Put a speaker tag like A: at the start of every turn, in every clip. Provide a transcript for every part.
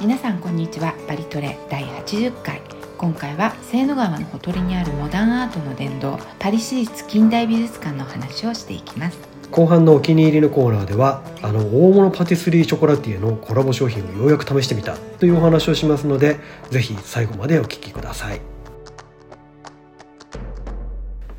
A: 皆さんこんにちはバリトレ第80回今回は清野川のほとりにあるモダンアートの殿堂パリ市立近代美術館のお話をしていきます
B: 後半のお気に入りのコーナーではあの大物パティスリーショコラティエのコラボ商品をようやく試してみたというお話をしますのでぜひ最後までお聞きください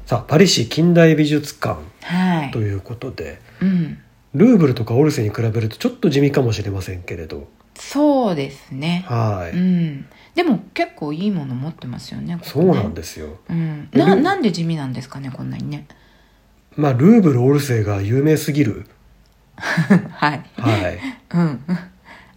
B: さあパリ市近代美術館
A: はい
B: ということで
A: うん
B: ルーブルとかオルセに比べるとちょっと地味かもしれませんけれど
A: そうですね
B: は
A: う
B: い
A: んでも結構いいもの持ってますよねここ
B: そう
A: ね
B: なんですよ
A: うん、ななんで地味なんですかねこんなにね
B: まあルーブルオルセが有名すぎる
A: はい
B: はい
A: うん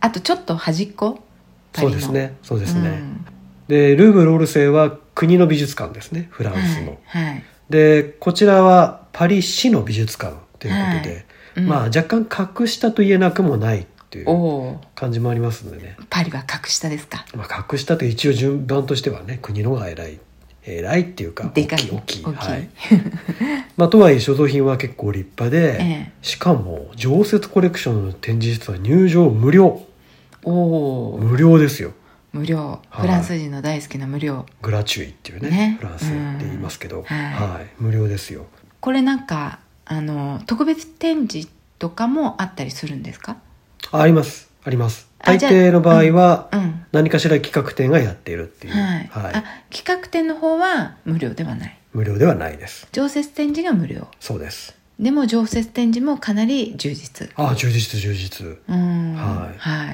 A: あとちょっと端っこ パリ
B: そ
A: の
B: うですねそうです
A: う
B: ね
A: ん
B: でルーブルオルセは国の美術館ですねフランスの
A: はい、はい
B: でこちらはパリ市の美術館ということで、
A: はうん
B: まあ若干格下と言えなくもないってい
A: お
B: う
A: お
B: 感じもありますのでね、
A: パリは格下ですか
B: まあ、格下と一応順番としてはね国の方が偉い偉いっていうか
A: でかい
B: 大きい
A: 大
B: 大
A: き
B: き
A: い
B: い、はいまあ、とはいえ所蔵品は結構立派で、
A: ええ
B: しかも常設コレクションの展示室は入場無料
A: おお
B: 無料ですよ
A: 無料
B: はい
A: フランス人の大好きな無料、
B: グラチュイっていうね
A: ね
B: フランスって言いますけど、
A: んはい
B: はい、無料ですよ
A: これなんかあの特別展示とかもあったりするんですか
B: あありますあります
A: あ
B: 大
A: じゃあ
B: 抵の場合は、
A: うん
B: 何かしら企画展がやっているっていう、
A: はい、あ企画展の方は無料ではない
B: 無料ではないです
A: 常設展示が無料
B: そうです
A: でも常設展示もかなり充実
B: ああ充実充実
A: うん
B: は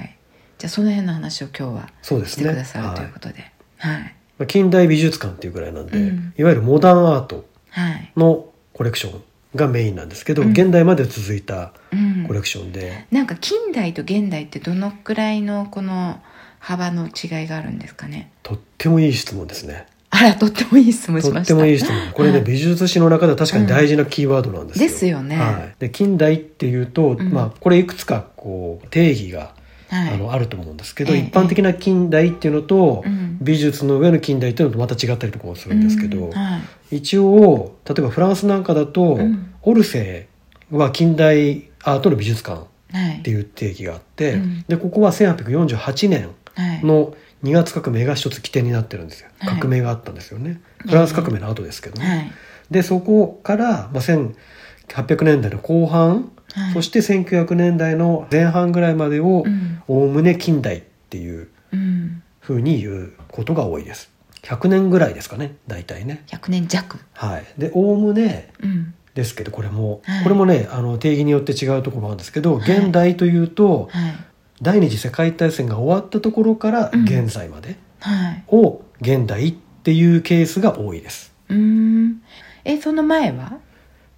B: い
A: じゃあその辺の話を今日は
B: そうで
A: し
B: す
A: て
B: ね
A: くださ
B: は
A: る
B: い
A: ということではい
B: まあ近代美術館っていうぐらいなんで、
A: うん
B: いわゆるモダンアート
A: はい、
B: のコレクションがメインなんですけど、
A: うん
B: 現代まで続いた
A: うん
B: コレクションで、
A: なんか近代と現代ってどのくらいのこの幅の違いがあるんですかね
B: とってもいい質問ですね
A: あらとってもいい質問し
B: と
A: ま
B: っ
A: した
B: てもいい質問これね、
A: はい
B: 美術史の中では確かに大事なキーワードなんですよ、
A: ですよね
B: はい、で近代っていうと、
A: ん
B: まあ、これいくつかこう定義が
A: はい、
B: あのあると思うんですけど、
A: ええ
B: 一般的な近代っていうのと、
A: うん
B: 美術の上の近代っていうのとまた違ったりとかもするんですけど、
A: うんはい、
B: 一応例えばフランスなんかだと、
A: うん
B: オルセーは近代アートの美術館
A: はい
B: っていう定義があって、
A: うん
B: でここは1848年
A: はい、
B: の2月革命が一つ起点になってるんですよ
A: はい
B: 革命があったんですよね、
A: ええ
B: フランス革命の後ですけどね、
A: はい
B: でそこから、まあ、1800年代の後半、
A: はい
B: そして1900年代の前半ぐらいまでを、
A: うん
B: おおむね近代っていう
A: うん、
B: ふうに言うことが多いです100年ぐらいですかね大体ね
A: 100年弱、
B: はいでおおむね
A: うん、
B: ですけどこれも、
A: はい
B: これもねあの定義によって違うところもあるんですけど
A: はい
B: 現代というと、
A: はい
B: 第二次世界大戦が終わったところから
A: うん
B: 現在まで
A: はい
B: を現代っていうケースが多いです
A: うーんえその前は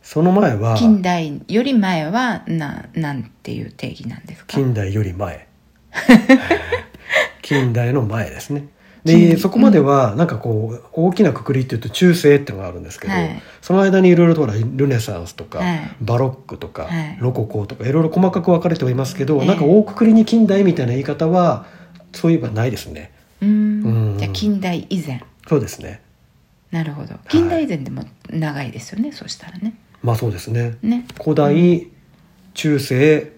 B: その前は
A: 近代より前はななんていう定義なんですか
B: 近代より前 近代の前ですね
A: 近
B: でそこまではなんかこう大きなくくりっていうと中世ってのがあるんですけど、
A: はい
B: その間にいろいろとほらルネサンスとか、
A: はい
B: バロックとか、
A: はい
B: ロココとかいろいろ細かく分かれてはいますけど、
A: ええ
B: なんか大くくりに近代みたいな言い方はそういえばないですね
A: うーん
B: うん
A: じゃあ近代以前
B: そうですね
A: なるほど近代以前でも長いですよね、そしたらね
B: まあそうですね
A: ね
B: 古代、中世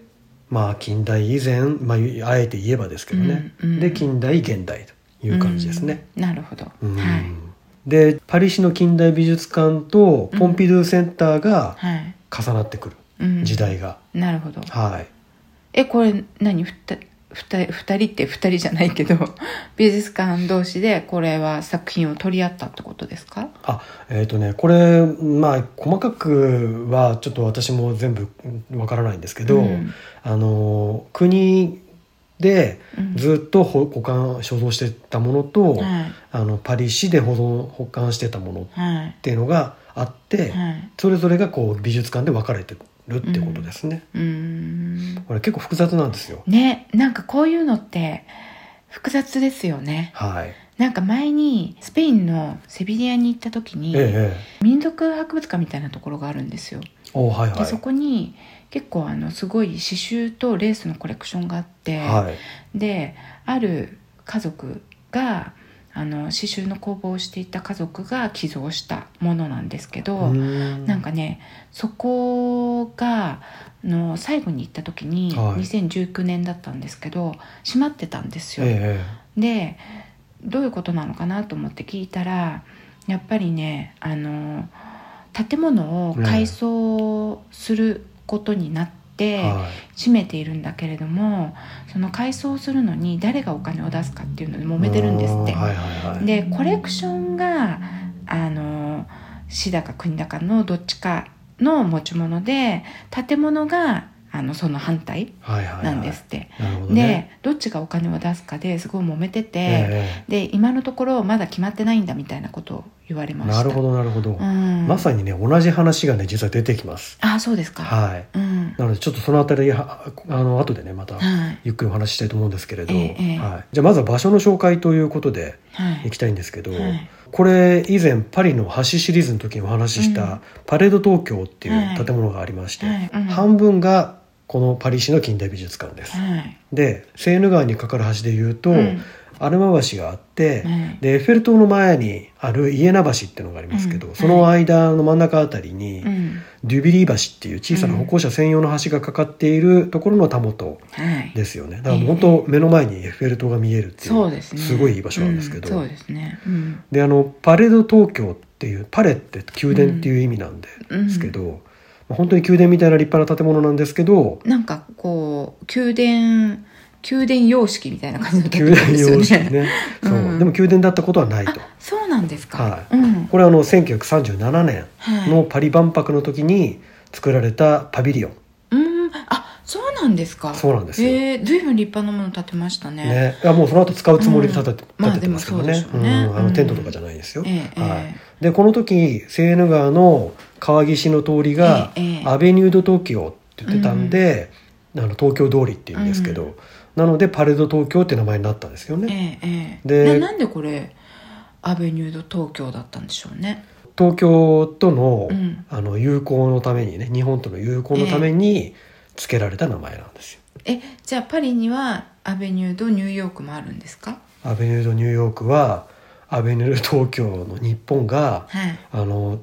B: まあ近代以前、まあ、あえて言えばですけどね、
A: うんうん
B: で近代現代という感じですね、
A: うんなるほど、
B: うん
A: はい
B: でパリ市の近代美術館と
A: うん
B: ポンピドゥセンターが
A: はい、
B: 重なってくる、
A: うん、
B: 時代が
A: なるほど
B: はい
A: えこれ何ふたふた二人って二人じゃないけど 美術館同士でこれは作品を取り合ったってことですか
B: あえっ、とねこれまあ細かくはちょっと私も全部わからないんですけど、
A: うん
B: あの国で
A: うん
B: ずっと保保管所蔵してたものと、
A: はい
B: あのパリ市で保存保管してたものっ
A: はい
B: ていうのがあって、
A: はい
B: それぞれがこう美術館で分かれてるってことですね、
A: うーん
B: これ結構複雑なんですよ
A: ねなんかこういうのって複雑ですよね
B: はい。
A: なんか前にスペインのセビリアに行った時に、
B: え
A: 民族博物館みたいなところがあるんですよ
B: え。おはい
A: で
B: は
A: そ
B: い。
A: こに結構あのすごい刺繍とレースのコレクションがあって、
B: はい。
A: である家族があの刺繍の工房をしていた家族が寄贈したものなんですけど、
B: な
A: なんかねそこがあの最後に行った時に、
B: はい
A: 2019年だったんですけど閉まってたんですよ。
B: え
A: でどういうことなのかなと思って聞いたらやっぱりねあの建物を改装することになって。
B: えは
A: 閉めているんだけれどもその改装するのに誰がお金を出すかっていうので揉
B: い、
A: めてるんですって
B: あーはいはいはい、
A: でコレクションがあの市だか国だかのどっちかの持ち物で建物があのその反対
B: はいはいはい、
A: なんですって、
B: なるほどね。
A: でどっちがお金を出すかですごい揉めてて、
B: え
A: で今のところまだ決まってないんだみたいなことを言われ
B: え
A: ました
B: なるほどなるほど、
A: うん、
B: まさにね同じ話がね実は出てきます。
A: あそうですか、
B: はい。
A: うん
B: なのでちょっとそのあたりはあの後でねまた
A: はい
B: ゆっくりお話ししたいと思うんですけれど、
A: ええええ
B: はい、じゃあまずは場所の紹介ということで
A: はいい
B: きたいんですけど、
A: はい
B: これ以前パリの橋シリーズの時にお話しし
A: うん
B: たパレード東京ってい
A: は
B: う
A: い
B: 建物がありまして、
A: はいうん
B: 半分がこのパリ市の近代美術館です。
A: はい
B: でセーヌ川に架かる橋でいうと、
A: うん
B: アルマ橋があって、
A: はい
B: でエッフェル塔の前にあるイエナ橋っていうのがありますけど、
A: うん
B: その間の真ん中あたりに、
A: うん
B: デュビリー橋っていう小さな歩行者専用の橋がかかっているところのたもと
A: はい
B: ですよねだからもう本当目の前にエッフェル塔が見えるっていう
A: そうですね
B: すごいいい場所なんですけど、
A: うんそうですね、うん
B: であのパレード東京っていうパレって宮殿っていう意味なんで
A: うん
B: すけど、まあ本当に宮殿みたいな立派な建物なんですけど
A: なんかこう宮殿宮殿様式みたいな感じの建
B: 宮
A: 物で
B: 殿
A: すよね
B: 様 式ねそう、
A: うん
B: でも宮殿だったことはない
A: あ
B: と
A: そうなんですか、
B: はい
A: うん
B: これはあの1937年
A: はい、
B: のパリ万博の時に作られたパビリオン、
A: うんあそうなんですか
B: そうなんですよ
A: えー、ずいぶん立派なもの建てましたね
B: ね、いやもうその後使うつもりで立て,、
A: うん
B: 立ててますけど
A: まあ
B: ね
A: でもそうでしょうね
B: うんあ
A: う
B: の
A: ん
B: テントとかじゃないですよ、
A: えええ
B: はいでこの時セーヌ川の川岸の通りが、
A: ええええ
B: アベニュード東京って言ってたんで、あの東京通りっていうんですけど、
A: う
B: なのでパレード東京って名前になったんですよ
A: え
B: ね、
A: ええええ
B: で
A: ななんでこれアベニュード東京だったんでしょうね
B: 東京との,、
A: うん
B: あの友好のためにね日本との友好のために付けられた名前なんですよ、
A: えじゃあパリにはアベニュードニューヨークもあるんですか
B: アベニュードニューヨークはアベニュード東京の日本が
A: はい
B: あの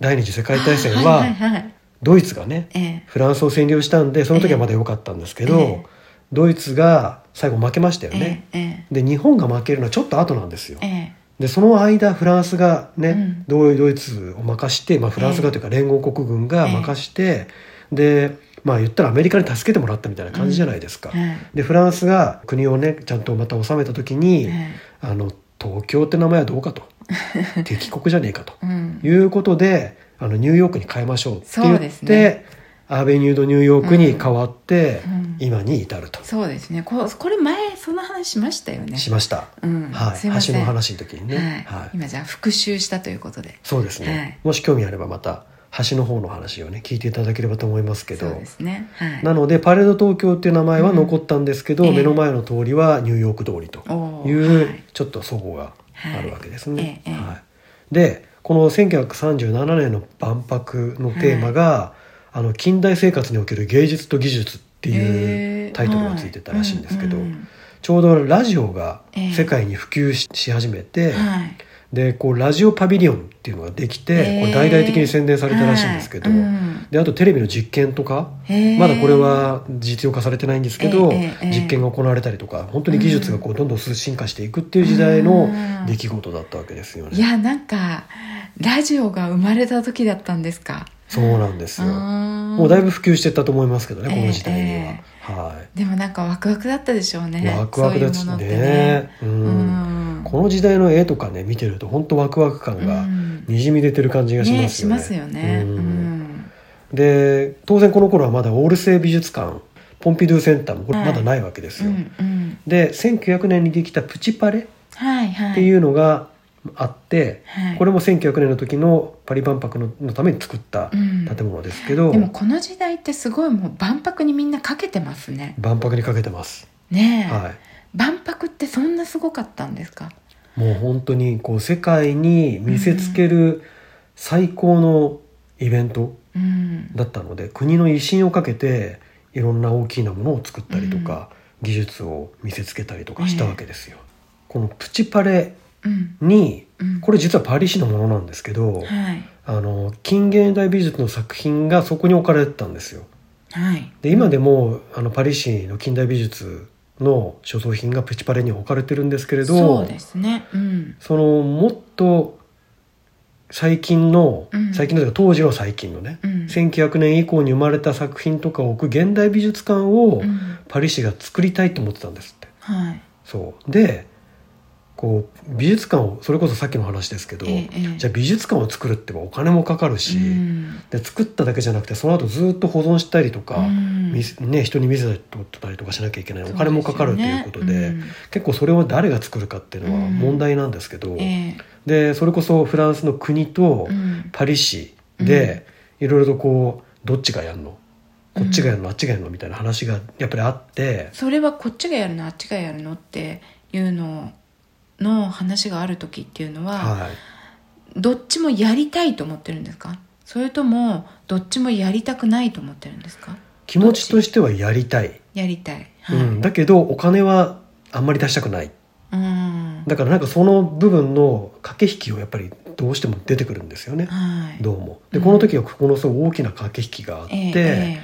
B: 第二次世界大戦
A: あ
B: は
A: はいはいはい
B: ドイツがね
A: ええ
B: フランスを占領したんでその時はまだ良かったんですけど、
A: ええ
B: ドイツが最後負けましたよね、
A: ええ
B: で日本が負けるのはちょっと後なんですよ
A: ええ
B: でその間フランスがね、
A: うん
B: ドイドイツを任して、まあ、フランスがというか連合国軍が任して、でまあ言ったらアメリカに助けてもらったみたいな感じじゃないですか、
A: はい
B: でフランスが国をねちゃんとまた治めた時に、
A: え
B: あの東京って名前はど うかと敵国じゃねえかと
A: えうん
B: いうことであのニューヨークに変えましょうって
A: そ
B: 言
A: う
B: っ
A: です
B: て、
A: ね
B: アベニュードニューヨークに変わって、
A: うん
B: 今に至ると
A: そうですねここれ前その話しましたよね
B: しました、
A: うん
B: はい
A: すいませ
B: 橋
A: ん
B: の話の時にね、
A: はい
B: はい
A: 今じゃあ復習したということで
B: そうですね、
A: はい
B: もし興味あればまた橋の方の話をね聞いていただければと思いますけど
A: そうですねはい
B: なのでパレード東京っていう名前は残ったんですけど、
A: うんええ
B: 目の前の通りはニューヨーク通りと
A: お
B: い
A: ー
B: う、
A: はい
B: ちょっと齟齬があるわけですね。
A: はいええええ
B: はいでこの1937年の万博のテーマが、あの近代生活における芸術と技術ってい
A: へー
B: うタイトルがついてたらしいんですけど、
A: はうん
B: ちょうどラジオが
A: ええ
B: 世界に普及し,、始めて、
A: はい
B: でこうラジオパビリオンっていうのができて、これ大々的に宣伝されたらしいんですけど、
A: はいうん
B: であとテレビの実験とか、
A: へー
B: まだこれは実用化されてないんですけど、
A: ええええ
B: 実験が行われたりとか本当に技術がこうどんどん進化していくっていう時代
A: う
B: の
A: ん
B: 出来事だったわけですよ
A: い
B: ね。
A: やなんかラジオが生まれた時だったんですか
B: そうなんですよ。
A: も
B: もうだいぶ普及してったと思いますけどねこの時代には。
A: え
B: は
A: でもなんかワクワクだったでしょう
B: い、
A: ね
B: ワクワクです
A: そういうもの
B: ね
A: ってね
B: うん
A: うん
B: この時代の絵とかね見てると本当ワクワク感
A: う
B: が
A: ん
B: にじみ出てる感じがしま
A: ね
B: す
A: し
B: よね。
A: ますよね
B: うん
A: うん
B: で当然この頃はまだオールセイ美術館ポンピドゥセンターもこれ
A: はい
B: まだないわけです
A: う
B: よ。
A: んうん
B: で1900年にできたプチパレっ
A: はいはい
B: ていうのがあって、
A: はい
B: これも1900年の時のパリ万博ののために作った
A: うん
B: 建物ですけど、
A: でもこの時代ってすごいもう万博にみんなかけてますね
B: 万博にかけてます。
A: ねえ、
B: はい
A: 万博ってそんなすごかったんですか
B: もう本当にこう世界に見せつける最高のイベント
A: うん
B: だったので国の威信をかけていろんな大きなものを作ったりとか、技術を見せつけたりとかしたわけですよ。このプチパレ
A: うん
B: に
A: うん
B: これ実はパリ市のものなんですけ
A: は
B: ど
A: い
B: あの近現代美術の作品がそこに置かれてたんですよ。
A: はい
B: で今でもあのパリ市の近代美術の所蔵品がプチパレに置かれてるんですけれど
A: そうですねうん
B: そのもっと最近の、
A: うん
B: 最近のというか当時の最近のね、
A: うん
B: 1900年以降に生まれた作品とかを置く現代美術館を
A: うん
B: パリ市が作りたいと思ってたんですって。
A: はい
B: そうでこう美術館をそれこそさっきの話ですけど、
A: ええ
B: じゃあ美術館を作るってばお金もかかるし、
A: うん
B: で作っただけじゃなくてその後ずっと保存したりとか、
A: うん
B: 見せね、人に見せたりとかしなきゃいけないお金もかかるということで
A: そですよね
B: 結構それを誰が作るかっていうのは
A: うん
B: 問題なんですけど、
A: うんえ
B: でそれこそフランスの国と
A: えうん
B: パリ市でいろいろとこうどっちがやるのこっちがやるの、あっちがやるのみたいな話がやっぱりあって
A: それはこっちがやるのあっちがやるのっていうのの話がある時っていうのは、
B: はい
A: どっちもやりたいと思ってるんですかそれともどっちもやりたくないと思ってるんですか
B: 気持ちとしてはやりたい、
A: やりたい、は
B: う
A: い、
B: ん、だけどお金はあんまり出したくない
A: うん
B: だからなんかその部分の駆け引きをやっぱりどうしても出てくるんですよね、
A: はい
B: どうもで
A: うん
B: この時はここのすごい大きな駆け引きがあって、
A: えええ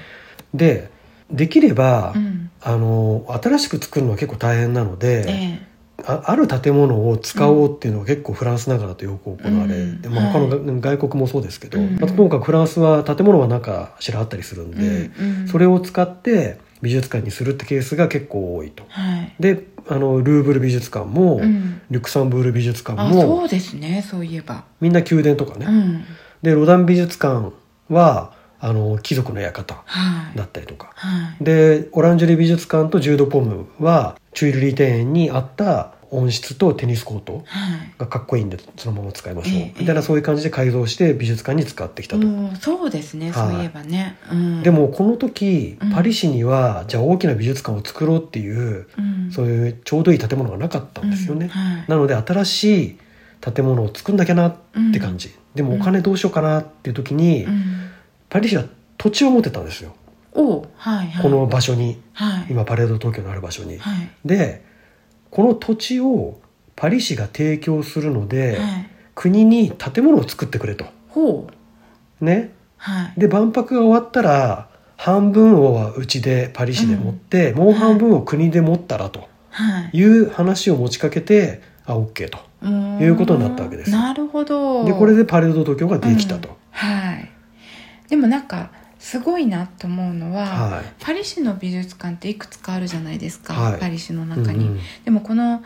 B: でできれば、
A: えうん
B: あの新しく作るのは結構大変なの
A: え
B: で、
A: え
B: あある建物を使おうっていうのは結構フランスながらとよく行われ、
A: うん
B: でまあ、他の
A: は
B: が外国もそうですけど、
A: うん
B: まあともかくフランスは建物はなんかしらあったりするんで、
A: うんうん
B: それを使って美術館にするってケースが結構多いと。
A: はい、
B: であのルーブル美術館も、
A: うん、
B: リュクサンブール美術館
A: あ
B: も
A: そうですねそういえば、
B: みんな宮殿とかね、
A: うん
B: でロダン美術館はあの貴族の館
A: はい
B: だったりとか
A: はい
B: でオランジェリー美術館とジュード・ポムはチュイルリー庭園にあった温室とテニスコート
A: はい
B: がかっこいいんでそのまま使いましょう
A: ええ
B: みたいなそういう感じで改造して美術館に使ってきたと、
A: うんそうですね、
B: はい
A: そういえばね、うん、
B: で、もこの時
A: うん
B: パリ市にはじゃあ大きな美術館を作ろうっていう
A: うん、
B: そうういうちょうどいい建物がなかったんですよ
A: ん
B: ね、
A: はい、
B: なので新しい建物を作んなきゃなって感じ、でもお金どうしようかなっていう時に、
A: うん、
B: パリ市は土地を持ってたんですよ
A: おうはいはい
B: この場所に
A: はい
B: 今パレード東京のある場所に。
A: はい
B: でこの土地をパリ市が提供するので、
A: はい
B: 国に建物を作ってくれと。
A: ほう
B: ね、
A: はい
B: で万博が終わったら半分をはうちでパリ市で持って、もう半分を国で持ったらと
A: はい
B: いう話を持ちかけてあ OK と。
A: うん
B: いうことになったわけですよ
A: なるほど
B: でこれでパレード東京ができたと。
A: はいでもなんかすごいなと思うのは、
B: はい
A: パリ市の美術館っていくつかあるじゃないですか、
B: はい
A: パリ市の中に、
B: うん
A: でもこの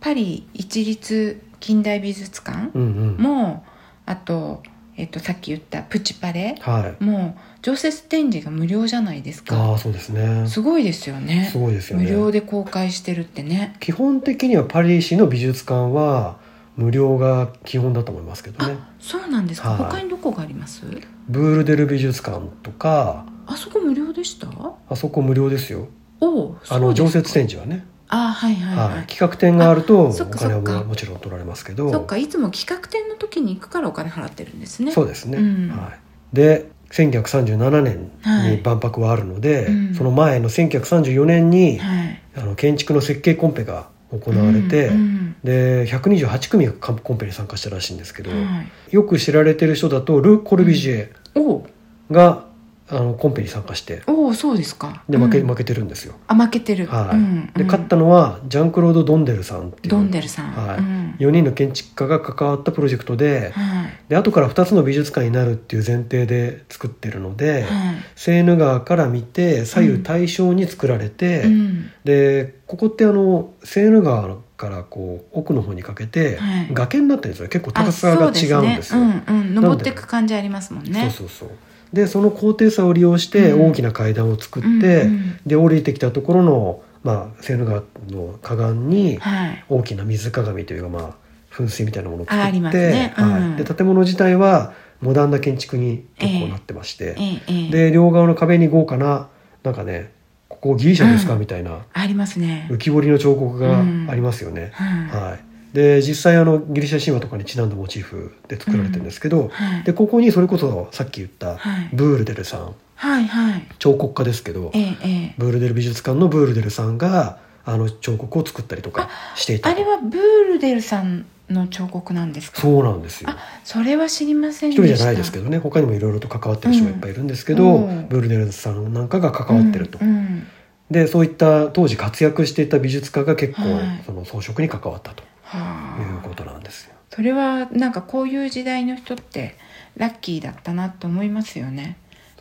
A: パリ一律近代美術館
B: うんうんうん、
A: も、あと、えっと、さっき言ったプチパレ
B: はい
A: もう常設展示が無料じゃないですか
B: ああそうですね
A: すごいですよね
B: すごいですよね
A: 無料で公開してるってね
B: 基本的にはパリ市の美術館は無料が基本だと思いますけどね
A: あそうなんですか、
B: はい
A: 他にどこがあります
B: ブールデル美術館とか
A: あそこ無料でした
B: あそこ無料ですよ
A: おう
B: あ
A: そ
B: の
A: う
B: 常
A: ですか
B: 設展示はね、
A: あはいはいはい、
B: はい、企画展があるとお
A: あそっか
B: 金
A: そっ
B: は
A: か
B: もちろん取られますけど
A: そっかいつも企画展の時に行くからお金払ってるんですね
B: そうですね、
A: うん
B: はい、で1937年
A: はい
B: に万博はあるので、
A: うん
B: その前の1934年に、
A: はい
B: あの建築の設計コンペが行われて、
A: うん
B: で128組がコンペに参加したらしいんですけど、
A: うんはい、
B: よく知られてる人だとル・コルビュジエ
A: おう
B: が、あのコンペに参加して
A: おうそうですか
B: で負け,、
A: うん
B: 負けてるんですよ。
A: あ負けてる
B: はい
A: うん
B: で勝ったのはジャンクロード・ドンデルさんっていう
A: ドンデルさん
B: はい
A: うん
B: 4人の建築家が関わったプロジェクトで,、
A: はい
B: で後から2つの美術館になるっていう前提で作ってるので、
A: は
B: セーヌ川から見て左右対称に作られて、
A: いうん
B: でここってあのセーヌ川からこう奥の方にかけて
A: はい
B: 崖になってるんですよ結構
A: あ
B: 高さが違うんです
A: そ
B: よ。
A: うねうんうん、登っていく感じありますもんね
B: そうそうそうでその高低差を利用して
A: うん
B: 大きな階段を作って、
A: うんうん
B: で降りてきたところの、まあ、セーヌ川の河岸に
A: はい
B: 大きな水鏡というか、まあ、噴水みたいなものを作
A: ああ
B: って、
A: りますねうん
B: はい、で建物自体はモダンな建築に結構なってまして、
A: ええええ
B: で両側の壁に豪華ななんかねここギリシャですか、
A: うん
B: みたいな
A: ありますね
B: 浮き彫りの彫刻がありますよね。
A: は
B: はい、で実際あのギリシャ神話とかにちなんだモチーフで作られてるんですけど、
A: いはい
B: でここにそれこそさっき言った
A: はい
B: ブールデルさん
A: はいはい
B: 彫刻家ですけど
A: ええええ
B: ブールデル美術館のブールデルさんがあの彫刻を作ったりとかしていた
A: あれはブールデルさんの彫刻なんですか
B: そうなんですよ
A: あそれは知りません
B: 一
A: でした
B: 人じゃないですけどね他にもいろいろと関わってる人がいっぱいいるんですけど、
A: うんうん
B: ブルデルさんなんかが関わってると、
A: うんうん
B: でそういった当時活躍していた美術家が結構、
A: はい
B: その装飾に関わったという
A: はあ
B: ことなんですよ。
A: それはなんかこういう時代の人ってラッキーだったなと思いますよね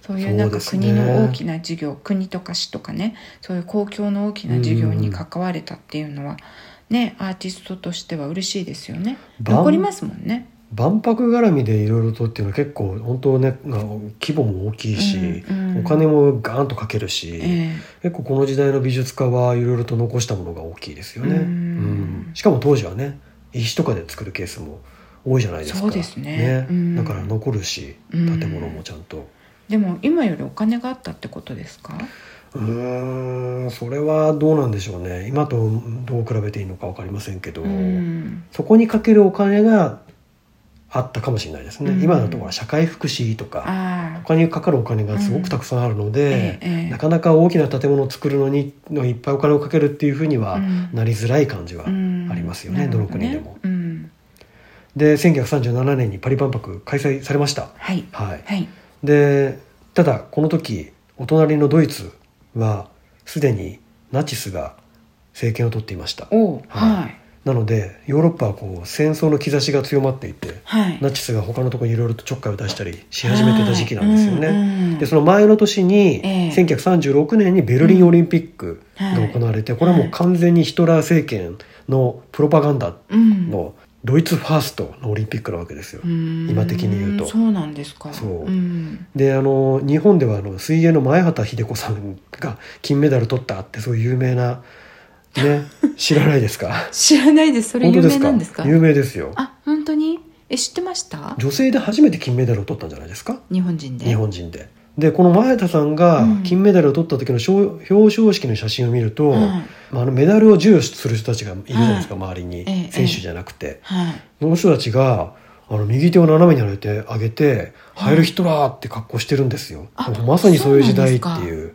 A: そういうなん
B: そう
A: か
B: ですね
A: 国の大きな事業、国とか市とかねそういう公共の大きな事業に関われたっていうのは、ねアーティストとしては嬉しいですよね
B: ばん
A: 残りますもんね
B: 万博絡みでいろいろとっていうのは結構本当ねまあ規模も大きいし、
A: うんうん
B: お金もガーンとかけるし、
A: え
B: 結構この時代の美術家はいろいろと残したものが大きいですよね。
A: うん
B: うんしかも当時はね石とかで作るケースも多いじゃないですか。
A: そうですねうん
B: だから残るし
A: うん
B: 建物もちゃんと。
A: えでも今よりお金があったってことですか
B: うーんそれはどうなんでしょうね今とどう比べていいのか分かりませんけど、
A: うん
B: そこにかけるお金があったかもしれないですね、
A: うん
B: 今だとほら社会福祉とか
A: ああ
B: 他にかかるお金がすごくたくさんあるので、
A: うんええええ
B: なかなか大きな建物を作るのにのいっぱいお金をかけるっていうふうには
A: うん
B: なりづらい感じはあ
A: うん
B: りますよね、
A: な
B: ど
A: る
B: の
A: ほ
B: 国でも。
A: うん、
B: で1937年にパリ万博開催されました。
A: はい
B: はい、
A: はい
B: でただこの時お隣のドイツはすでにナチスが政権を取っていました
A: おう
B: は
A: はいい
B: なのでヨーロッパはこう戦争の兆しが強まっていて
A: はい
B: ナチスが他のところにいろいろとちょっかいを出したりし始めてた時期なんですよね、
A: はいうんうん
B: でその前の年に、
A: ええ
B: 1936年にベルリンオリンピックが行われて、
A: はい
B: これはもう完全にヒトラー政権のプロパガンダ
A: うん
B: のドイツファーストのオリンピックなわけですよ、今
A: 今
B: 的に言うと
A: そうなんですか
B: そう
A: うん
B: であの日本ではあの水泳の前畑秀子さんが金メダル取ったってそういう有名な ね知らないですか
A: 知らないですそれ有名なんですか
B: 有名ですよ
A: あ本当にえ知ってました
B: 女性で初めて金メダルを取ったんじゃないですか
A: 日本人で
B: 日本人ででこの前畑さんが
A: うん
B: 金メダルを取った時の賞表彰式の写真を見ると、
A: はい
B: まあ、あのメダルを授与する人たちがいるじゃないですか、周りに
A: ええ
B: 選手じゃなくて、
A: はい
B: その人たちがあの右手を斜めに上げて上げて「
A: うん
B: ハイルヒトラー」って格好してるんですよ、
A: あ
B: まさにそういう時代って
A: そうなん
B: い
A: で
B: う。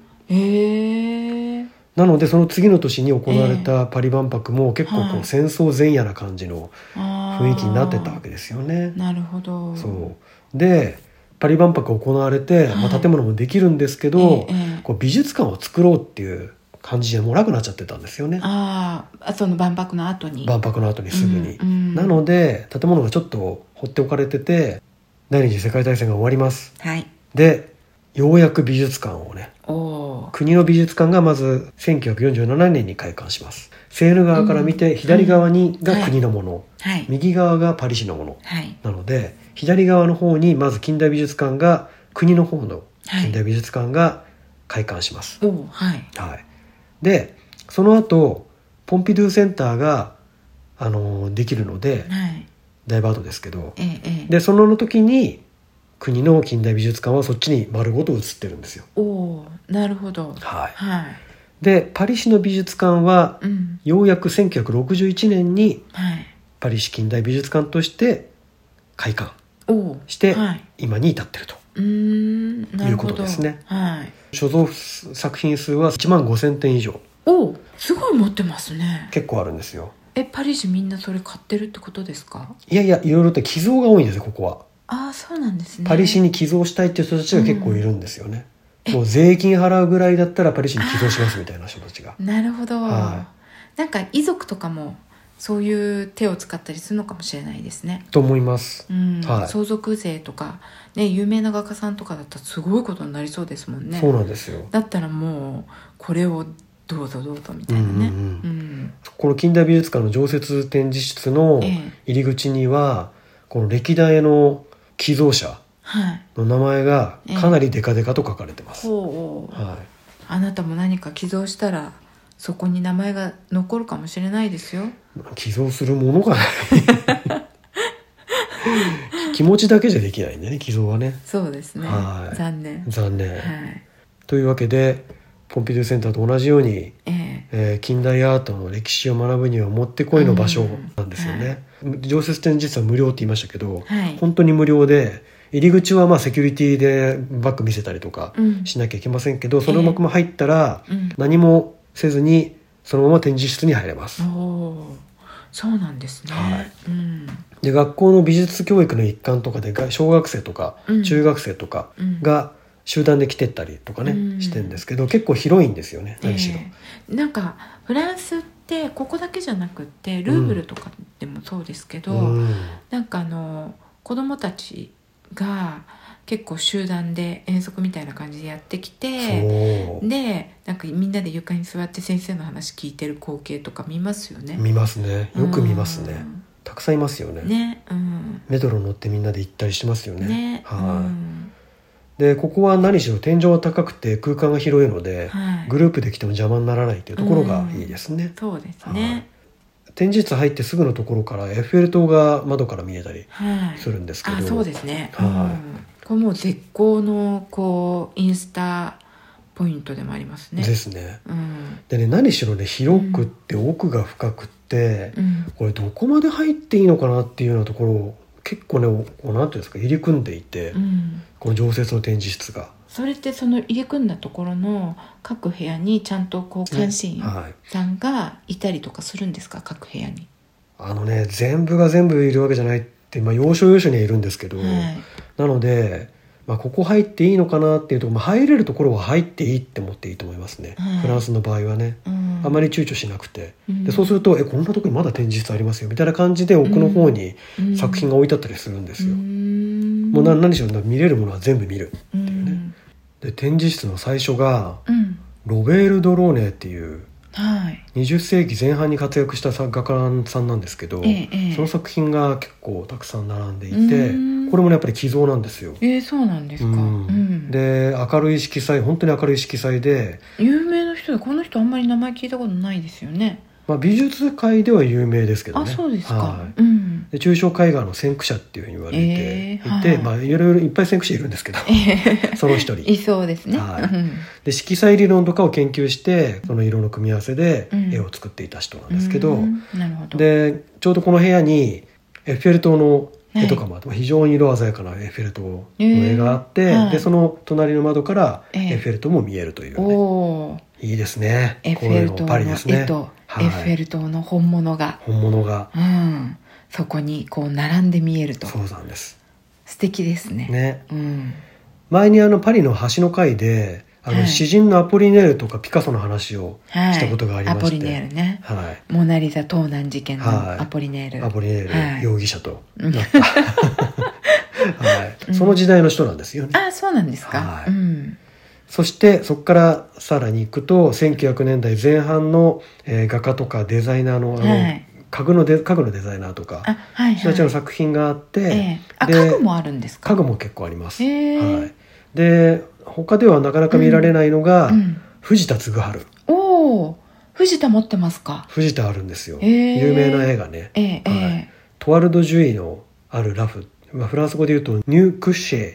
A: へえ
B: なのでその次の年に行われたパリ万博も結構こ
A: は
B: う
A: い
B: 戦争前夜な感じの
A: 雰
B: 雰囲気になってたわけですよね。
A: なるほど
B: そうでパリ万博行われて、
A: はい
B: まあ、建物もできるんですけど、
A: ええええ
B: こう美術館を作ろうっていう感じじゃもうなくなっちゃってたんですよね
A: あーあその万博の後に
B: 万博の後にすぐに。
A: うんうん
B: なので建物がちょっと放っておかれてて第二次世界大戦が終わります。
A: はい
B: でようやく美術館をね
A: おお
B: 国の美術館がまず1947年に開館しますセーヌ川から見て左側にが国のもの、
A: はい
B: 右側がパリ市のもの
A: はい
B: なので左側の方にまず近代美術館が国の方の
A: はい
B: 近代美術館が開館します、
A: おおはい
B: はいでその後ポンピドゥセンターが、あのーできるので
A: はい
B: ダイバートですけど
A: ええええ
B: でその時に国の近代美術館はそっちに丸ごと移ってるんですよ
A: おおなるほど
B: はい
A: は
B: でパリ市の美術館はい
A: うん
B: ようやく1961年に
A: はい
B: パリ市近代美術館として開館
A: おお
B: して
A: はい
B: 今に至ってると、
A: うーんなるほ
B: いうこ
A: ど
B: とですね
A: はい
B: 所蔵作品数は1万5000点以上
A: おうすごい持ってますね
B: 結構あるんですよ
A: えパリ市みんなそれ買ってるってことですか
B: いやいやいろいろと寄贈が多いんですよここは
A: ああそうなんですね
B: パリ市に寄贈したいっていう人たちが結構いるんですよね、もう税金払うぐらいだったらパリ市に寄贈しますみたいな人たちが
A: なるほど、
B: は
A: なんか遺族とかもそういう手を使ったりするのかもしれないですね
B: と思います
A: うん、
B: はい
A: 相続税とかね有名な画家さんとかだったらすごいことになりそうですもんね
B: そうなんですよ
A: だったらもうこれをどうぞどうぞみたいなね
B: うんうんう
A: うん
B: この近代美術館の常設展示室の入り口には、この歴代の寄贈者
A: はい
B: の名前がかなりデカデカと書かれてます、
A: ほう
B: は
A: あなたも何か寄贈したらそこに名前が残るかもしれないですよ
B: い、寄贈するものがない 気持ちだけじゃできないんだね寄贈はね
A: そうですね
B: はい
A: 残念はい
B: 残念、というわけでポンピドゥセンターと同じように、
A: ええ
B: えー近代アートの歴史を学ぶにはもってこいの場所なんですよね、常設展示室は無料って言いましたけど、
A: はい
B: 本当に無料で入り口はまあセキュリティでバッグ見せたりとか
A: うん
B: しなきゃいけませんけど、そのまま入ったら
A: うん
B: 何もせずにそのまま展示室に入れます、
A: おーそうなんですね。
B: はい
A: うん
B: で学校の美術教育の一環とかでが小学生とか
A: うん
B: 中学生とか
A: うん
B: が集団で来てったりとかね、
A: うん
B: してんですけど結構広いんですよね何しろ、
A: ええなんかフランスってここだけじゃなくってルーブルとかでもそうですけど、
B: うん
A: なんかあの子供たちが結構集団で遠足みたいな感じでやってきて
B: そう
A: でなんかみんなで床に座って先生の話聞いてる光景とか見ますよね。
B: 見ますねよく見ますね、たくさんいますよね
A: うん。ね、うん、
B: メトロ乗ってみんなで行ったりしてますよね
A: ね、
B: はい、
A: うん
B: でここは何しろ天井は高くて空間が広いので、
A: はい、
B: グループで来ても邪魔にならないというところがいいですね、
A: そうですね。
B: 展示室入ってすぐのところからエッフェル塔が窓から見えたり
A: はい。
B: するんですけど、
A: あそうですね、
B: は
A: うんこれもう絶好のこうインスタポイントでもありますね
B: ですね
A: うん
B: でね何しろね広くって奥が深くって、
A: うん
B: これどこまで入っていいのかなっていうようなところを結構ねおこうなんていうんですか入り組んでいて、
A: うん
B: この常設の展示室が、
A: それってその入り組んだところの各部屋にちゃんとこう監視員
B: はい、
A: さんがいたりとかするんですか各部屋に、
B: あのね全部が全部いるわけじゃないって、まあ、要所要所にはいるんですけど、
A: はい
B: なので、まあ、ここ入っていいのかなっていうところ、まあ、入れるところは入っていいって思っていいと思いますね、
A: はい
B: フランスの場合はね
A: うん、
B: あまり躊躇しなくて、
A: うん
B: でそうすると「えこんなとこにまだ展示室ありますよ」みたいな感じで奥の方に
A: うん
B: 作品が置いてあったりするんですよ、
A: ん
B: もう何何しろ見れるものは全部見る
A: うん
B: で展示室の最初が
A: うん
B: ロベール・ドローネっていう
A: はい
B: 20世紀前半に活躍した作画家さんなんですけど、
A: ええええ
B: その作品が結構たくさん並んでい
A: うん
B: てこれもねやっぱり寄贈なんですよ。
A: えー、そうなんですか、
B: うん
A: うん
B: で明るい色彩本当に明るい色彩で、
A: 有名な人でこの人あんまり名前聞いたことないですよね
B: まあ、美術界では有名ですけど
A: あ
B: ね
A: そうですか、
B: は
A: う
B: い
A: ん
B: で抽象絵画の先駆者っていうふうに言われていて、
A: えーはい
B: まあ、いろいろいっぱい先駆者いるんですけどその一 人
A: いそうですね、
B: はい
A: うん
B: で色彩理論とかを研究してその色の組み合わせで
A: うん
B: 絵を作っていた人なんですけど、
A: うんなるほど
B: でちょうどこの部屋にエッフェル塔の絵とかもあって、まあ非常に色鮮やかなエッフェル塔の絵があって、
A: えーはい
B: でその隣の窓から
A: ええ
B: エッフェル塔も見えるという、
A: お
B: ね
A: おー
B: いいですね
A: エッフェル
B: こういう
A: 塔
B: のパリ
A: の絵
B: です
A: と、
B: ねはい
A: エッフェル塔の本物が、
B: 本物が
A: うん、そこにこう並んで見えると
B: そうなんです
A: 素敵ですね
B: ね
A: うん、
B: 前にあのパリの橋の会であ
A: は
B: の
A: い
B: 詩人のアポリネールとかピカソの話を
A: はい、
B: したことがありまして
A: アポリネールね
B: はい、
A: モナ・リザ盗難事件
B: はい
A: のアポリネール、
B: アポリネー
A: は
B: ル
A: い
B: 容疑者となった、 はい、その時代の人なんですよね、
A: あそうなんですか、
B: はい
A: うん
B: そしてそこからさらに行くと1900年代前半の、えー画家とかデザイナーのあの、
A: はい
B: 家具のデ家具のデザイナーと
A: あ
B: か
A: はい
B: 人たち
A: は
B: の
A: い
B: 作品があって、
A: ええあ
B: で
A: 家具もあるんですか
B: 家具も結構あります、
A: へー
B: はい、で他ではなかなか見られないのが、
A: うん、
B: 藤田嗣治
A: おお藤田持ってますか
B: 藤田あるんですよ、
A: へー
B: 有名な映画ね
A: えええ
B: はい
A: え
B: トワルド・ジュイのあるラフ、まあ、フランス語で言うとニュー・クッシェ・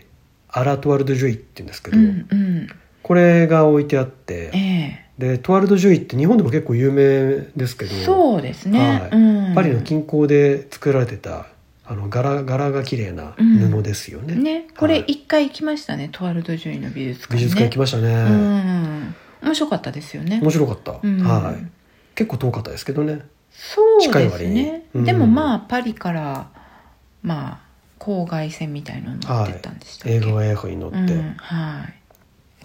B: アラ・トワルド・ジュイって言うんですけど、
A: うんうん
B: これが置いてあって、
A: え
B: でトワルド・ジュイって日本でも結構有名ですけ
A: え
B: ど
A: そうですね、
B: はい
A: うん、
B: パリの近郊で作られてたあの柄柄が綺麗な
A: うん
B: 布ですよね,、
A: ねこれ
B: はい
A: 一回行きましたね、トワルド・ジュイの美術館、ね、
B: 美術館行きましたね、
A: うん面白かったですよね
B: 面白かった、
A: うん
B: はい結構遠かったですけどね
A: そう
B: 近い
A: です
B: 割に
A: ね、
B: うん
A: でもまあパリからまあ郊外線みたいなの乗ってったんでしたっけ、
B: 映画は映画に乗って、
A: うんはい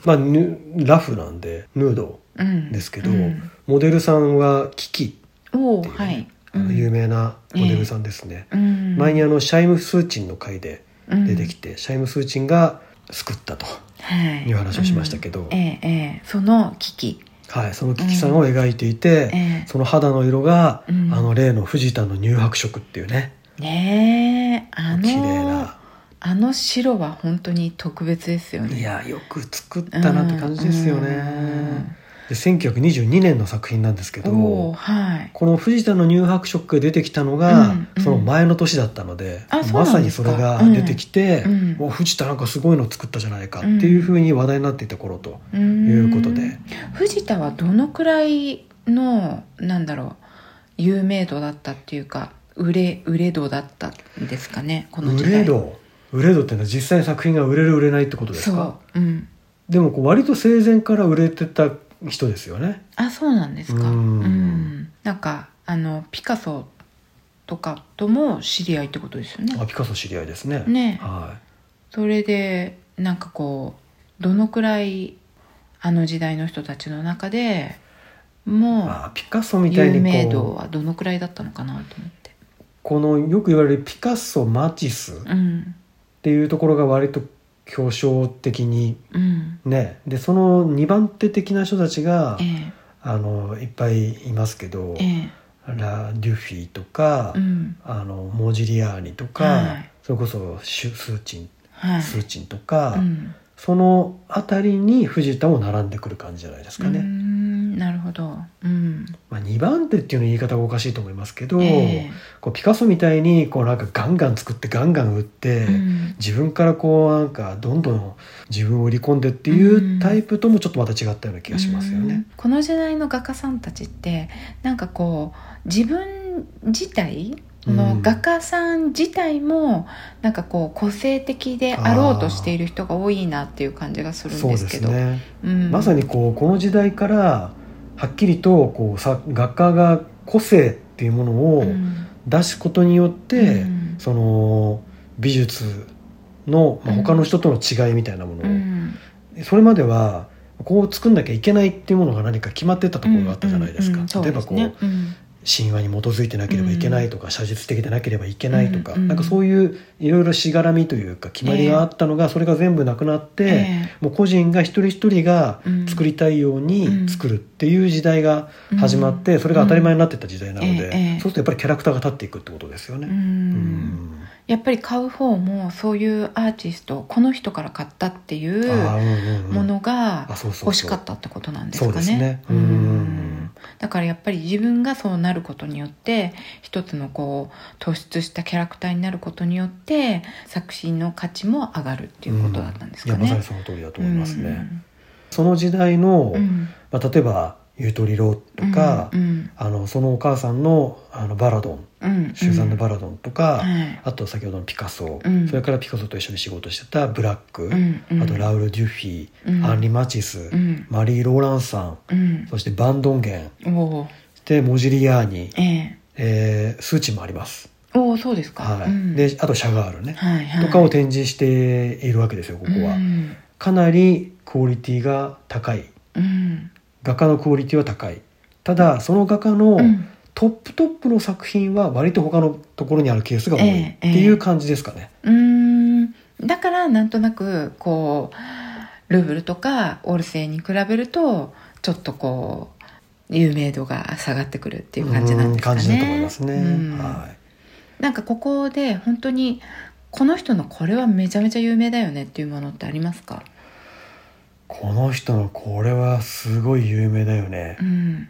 B: まあヌラフなんでヌード
A: うん
B: ですけど、
A: うん
B: モデルさんはキキ
A: おお
B: っていうね
A: はい、
B: あの有名なモデルさんですね、
A: うん
B: 前にあのシャイム・スーチンの回で出てきて、シャイム・スーチンが救ったと
A: はい
B: いう話をしましたけ
A: う
B: ど、
A: んええええその危機
B: はい、その危機さんを描いていて、
A: ええ
B: その肌の色が、
A: うん
B: あの例の藤田の乳白色っていうね
A: ねえあ
B: 綺麗
A: の
B: な
A: あの白は本当に特別ですよね
B: いやよく作ったなって感じですよね、
A: うん
B: で1922年の作品なんですけど
A: おお
B: こ
A: はい
B: の藤田の乳白色が出てきたのが、
A: うんうん
B: その前の年だったので
A: あそう
B: ま
A: な
B: さ
A: んで
B: に
A: す
B: そ
A: か
B: れが出てきて、
A: うんうん
B: お藤田なんかすごいの作ったじゃないかっていうふうに話題になっていた頃と
A: と
B: いうことで、
A: 藤田はどのくらいのなんだろう有名度だったっていうか売れ売れ度だったんですかねこの
B: 売
A: 時代
B: れ度売れ度っていうのは実際に作品が売れる売れないってことですか
A: そううん
B: でもこう割と生前から売れてた人ですよね。
A: あそうなんですか
B: うん
A: うんなんかあのピカソとかとも知り合いってことですよね。
B: あピカソ知り合いですね
A: ね
B: は
A: それでなんかこうどのくらいあの時代の人たちの中で
B: い、
A: も
B: あピカソ
A: う
B: みたい
A: 有名
B: に
A: 度
B: こう
A: はどのくらいだったのかなと思って。
B: このよく言われるピカソマティスっ
A: うん
B: ていうところが割と表彰的に
A: うん
B: ねでその2番手的な人たちが
A: ええ
B: あのいっぱいいますけど、
A: ええ
B: ラ・デュフィとか、
A: うん
B: あのモジリアーニとか、
A: はい
B: それこそシュスーチン、
A: はい
B: スーチンとか、
A: うん
B: その辺りに藤田も並んでくる感じじゃないですかね。
A: うーんなるほどうん
B: まあ、2番手っていうの言い方がおかしいと思いますけど、
A: え
B: こうピカソみたいにこうなんかガンガン作ってガンガン売って、
A: えうん
B: 自分からこうなんかどんどん自分を売り込んでっていうタイプともちょっとまた違ったような気がしますよ
A: う
B: ね
A: ん。この時代の画家さんたちってなんかこう自分自体
B: うん
A: の画家さん自体もなんかこう個性的であろうとしている人が多いなっていう感じがするん
B: そう
A: で
B: です
A: け
B: す
A: ど
B: ね、
A: うん
B: まさにこうこの時代からはっきりとこうさ画家が個性っていうもの
A: う
B: を
A: ん
B: 出すことによって、
A: うん
B: その美術の、まあ、
A: うん
B: 他の人との違いみたいなものを、
A: うん
B: それまではこう作んなきゃいけないっていうものが何か決まってたところがあったじゃないですか。
A: うんうんそう
B: 例え
A: で
B: ば
A: す
B: こ
A: ね
B: う神話に基づいてなければいけないとか、写実的でなければいけないとか、
A: うんうん
B: なんかそういういろいろしがらみというか決まりがあったのが、それが全部なくなって、
A: うんえ
B: もう個人が一人一人が
A: うん
B: 作りたいよう
A: う
B: に
A: ん
B: 作るっていう時代が
A: え
B: 始まって、それが当たり前になってった時代なので、
A: うんええええ
B: そうするとやっぱりキャラクターが立っていくってことですよ
A: う
B: ね。うんん
A: やっぱり買う方もそういうアーティストこの人から買ったっていう
B: あーうんうんうん
A: ものが
B: あそうそうそう
A: 欲しかったってことなんですかね。
B: そうですねうん
A: うんだからやっぱり自分がそうなることによって一つのこう突出したキャラクターになることによって作品の価値も上がるっていうことだったんですか
B: うんいやま
A: ね。
B: さにその通りだと思いますね。
A: うん
B: その時代の、
A: うん
B: まあ、例えばゆとりろとか、
A: うん
B: あのそのお母さんのあのバラドン
A: うん、
B: シュザンヌ・バラドンとか、
A: はい
B: あと先ほどのピカソ、
A: うん
B: それからピカソと一緒に仕事してたブラック、
A: うんうん
B: あとラウル・デュフィ、
A: うん
B: アンリ・マチス、
A: うん
B: マリー・ローランさ
A: う
B: ん
A: ん、
B: そしてバンドンゲン
A: おー
B: そしてモジリアーニ、
A: ええ
B: えー、スーチンもあります、
A: おーそうですか。
B: はい
A: うん
B: であとシャガールね、
A: はいはい、
B: とかを展示しているわけですよここは、
A: うん
B: かなりクオリティが高い
A: うん
B: 画家のクオリティは高いただその画家の
A: うん
B: トップトップの作品は割と他のところにあるケースが多
A: え
B: いっ
A: え
B: ていう感じですかね、
A: うーんだからなんとなくこうルーブルとかオルセイに比べるとちょっとこう有名度が下がってくるっていう感じなんですかね。
B: う感じだと思いますね、
A: うん
B: はい
A: なんかここで本当にこの人のこれはめちゃめちゃ有名だよねっていうものってありますか、
B: この人のこれはすごい有名だよね
A: う、ん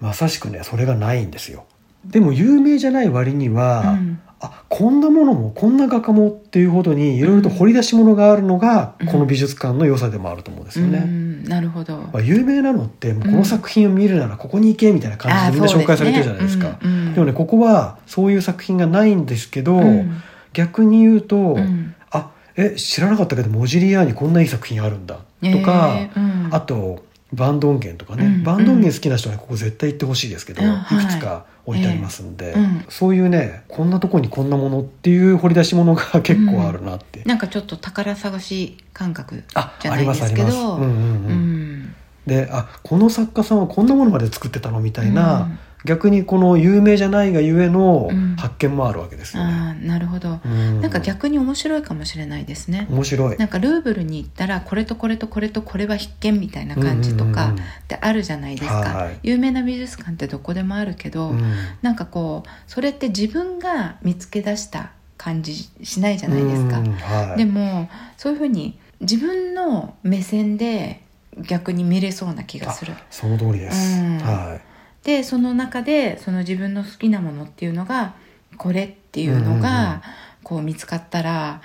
B: まさしくねそれがないんですよでも有名じゃない割には、
A: うん
B: あこんなものもこんな画家もっていうほどにいろいろと掘り出し物があるのが、
A: うん
B: この美術館の良さでもあると思うんですよね、
A: うんなるほど。
B: まあ、有名なのってもうこの作品を見るならここに行けみたいな感じでみんな紹介されてるじゃないです
A: あ
B: か
A: ーそうねうんうん
B: でもねここはそういう作品がないんですけど、
A: うん
B: 逆に言うと、
A: うん
B: あえ知らなかったけどモジリアーにこんないい作品あるんだとか、
A: えーうん
B: あとバンドンゲンとかね、
A: うん
B: バンドンゲン好きな人はここ絶対行ってほしいですけど、
A: うん
B: いくつか置いてありますんで、
A: ええうん
B: そういうねこんなとこにこんなものっていう掘り出し物が結構あるなって、
A: なんかちょっと宝探し感覚
B: あ
A: じゃ
B: あ
A: な
B: り
A: いで
B: ますあ
A: す
B: り
A: け
B: ます、
A: ど。
B: うんうんうん
A: うん
B: であこの作家さんはこんなものまで作ってたのみたいな、逆にこの有名じゃないがゆえの
A: うん
B: 発見もあるわけですよね。
A: あーなるほど、
B: うん
A: なんか逆に面白いかもしれないですね、
B: 面白い
A: なんかルーブルに行ったらこれとこれとこれとこれは必見みたいな感じと
B: う
A: か
B: んうんうん
A: ってあるじゃないですか、
B: はい
A: 有名な美術館ってどこでもあるけど、
B: うん
A: なんかこうそれって自分が見つけ出した感じしないじゃないですか、
B: うんはい、
A: でもそういうふうに自分の目線で逆に見れそうな気がする
B: その通りです、
A: うん
B: は
A: でその中でその自分の好きなものっていうのがこれっていう
B: うん
A: の
B: うんう
A: がこう見つかったら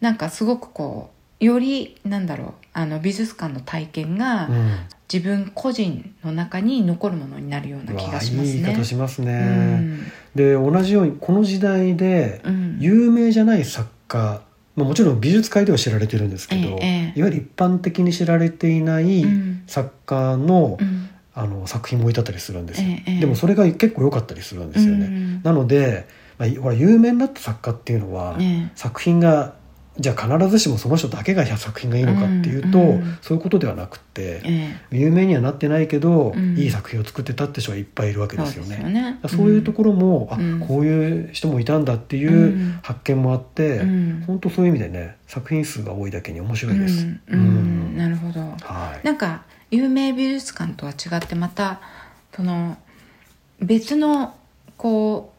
A: なんかすごくこうよりなんだろうあの美術館の体験が
B: い、うん
A: 自分個人の中に残るものになるような気がします
B: うわいい言い
A: ね
B: 方。します
A: う
B: ね、
A: ん
B: で同じようにこの時代で
A: うん
B: 有名じゃない作家、まあ、もちろん美術界では知られてるんですけど、
A: ええ
B: いわゆる一般的に知られていない
A: うん
B: 作家の,、
A: うん
B: あの作品も置いてあったりするんですよ、
A: ええええ
B: でもそれが結構良かったりするんですよね、
A: うん
B: なので、まあ、ほら有名になった作家っていうのは、
A: ね
B: 作品がじゃあ必ずしもその人だけが作品がいいのかっていうと、
A: うんうん
B: そういうことではなくて、
A: え
B: 有名にはなってないけど、
A: うん
B: いい作品を作ってたって人はいっぱいいるわ
A: え
B: けですよ
A: そうです
B: ね。
A: よね
B: そういうところも、
A: うん
B: あこういう人もいたんだってい
A: うんう
B: うん発見もあって、
A: うん
B: 本当そういう意味でね作品数が多いだけに面白
A: う
B: いです。
A: んうんなるほど
B: はい
A: なんか有名美術館とは違ってまたその別のこ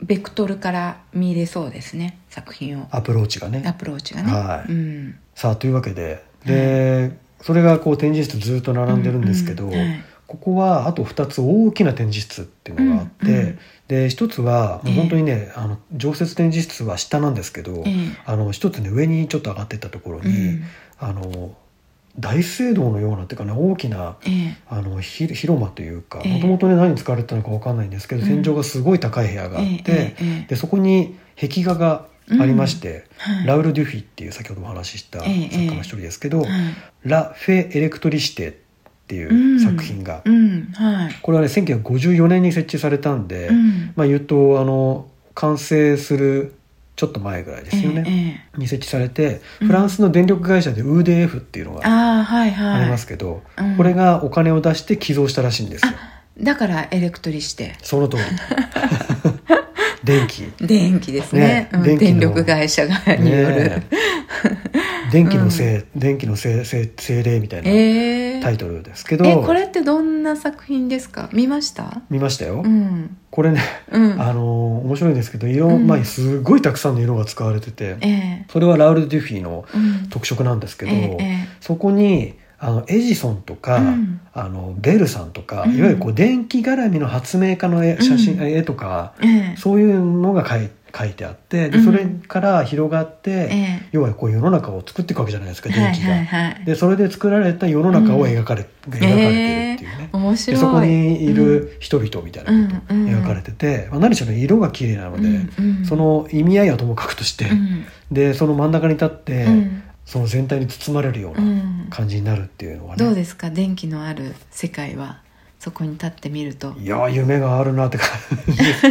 A: うベクトルから見れそうですね作品を
B: アプローチがね
A: アプローチがね、
B: はい
A: うん、
B: さあというわけでで、それがこう展示室ずっと並んでるんですけど、
A: ううはい
B: ここはあと2つ大きな展示室っていうのがあって、
A: うんうん
B: で1つはもう
A: ええ
B: 本当にね、あの常設展示室は下なんですけど、
A: え
B: あの1つね上にちょっと上がってったところ
A: えう
B: に、
A: ん
B: あの大聖堂のようなっていうかね大きな
A: ええ
B: あのひ広間というか
A: ええ
B: もともとね何に使われてたのか分かんないんですけど、
A: うん
B: 天井がすごい高い部屋があって、
A: ええええ
B: でそこに壁画がありまして、
A: はい
B: ラウル・デュフィっていう先ほどお話しした作
A: ええ
B: 家の一人ですけど「
A: はい
B: ラ・フェ・エレクトリシテ」ってい
A: ん
B: う作品が、
A: うんはい
B: これはね1954年に設置されたんで、
A: うん
B: まあ言うとあの完成するちょっと前ぐらいですよね。
A: え
B: に設置されて
A: うん
B: フランスの電力会社で UDF っていうの
A: え
B: が
A: ああはいはい
B: ありますけど、
A: うん
B: これがお金を出して寄贈したらしいんですよ
A: だからエレクトリして
B: その 通り電気
A: 電気ですね
B: ね
A: うん
B: 電気
A: 電
B: の
A: 力会社が による
B: ね、え電気のせい、電気のせいせい精霊みたいな
A: ええ
B: タイトルですけど、
A: えこれってどんな作品ですか見ました
B: 見ましたよ、
A: うん
B: これね、
A: うん
B: あの面白いんですけど色、
A: うん
B: まあ、すごいたくさんの色が使われてて
A: ええ
B: それはラウル・デュフィの
A: うん
B: 特色なんですけど、
A: えええ
B: そこにあのエジソンとか、
A: うん
B: あのベルさんとか、
A: うん
B: いわゆるこう電気絡みの発明家の絵写真、
A: うん
B: 絵とか
A: ええ
B: そういうのが書い書いてあってで
A: うん
B: それから広がって、
A: え
B: 要はこう世の中を作っていくわけじゃないですか
A: え
B: 電気が。
A: はいはいはい
B: でそれで作られた世の中を描かれ,、描かれてるっていうね。
A: 面
B: で
A: 白い
B: そこにいる人々みたいなこと
A: うんうん
B: 描かれてて、まあ、何しろ色が綺麗なので、
A: うんうん
B: その意味合いはともかくとして、
A: うん
B: でその真ん中に立って、
A: うん
B: その全体に包まれるよう
A: う
B: なん感じになるっていうのはね、
A: どうですか電気のある世界はそこに立ってみると
B: いやー夢があるなって感じです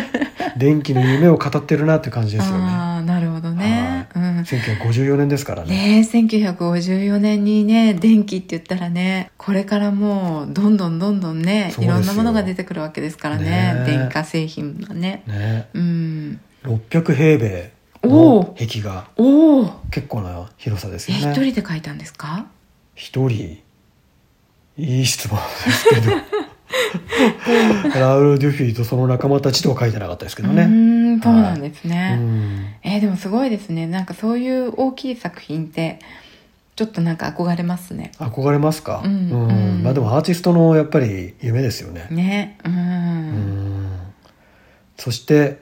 B: 電気の夢を語ってるなって感じですよね
A: ああなるほどね、うん
B: 1954年ですからね
A: ねえ1954年にね電気って言ったらねこれからもうどんどんどんどんね
B: そうです
A: い
B: よ
A: ろんなものが出てくるわけですからね
B: ねえ
A: 電化製品のね
B: ね
A: うん
B: 600平米
A: お
B: の
A: ー
B: 壁が
A: おお
B: 結構な広さです
A: え
B: よ
A: 一
B: ね
A: 人で書いたんですか
B: 一人いい質問ですけ どラウル・デュフィとその仲間たちとは書いてなかったですけど
A: う
B: ね
A: ーんそうなんです
B: う
A: ね、
B: ん
A: えーでもすごいですねなんかそういう大きい作品ってちょっとなんか憧れますね
B: 憧れますか、
A: うんうん
B: まあでもアーティストのやっぱり夢ですよね
A: ねう、
B: うんんそして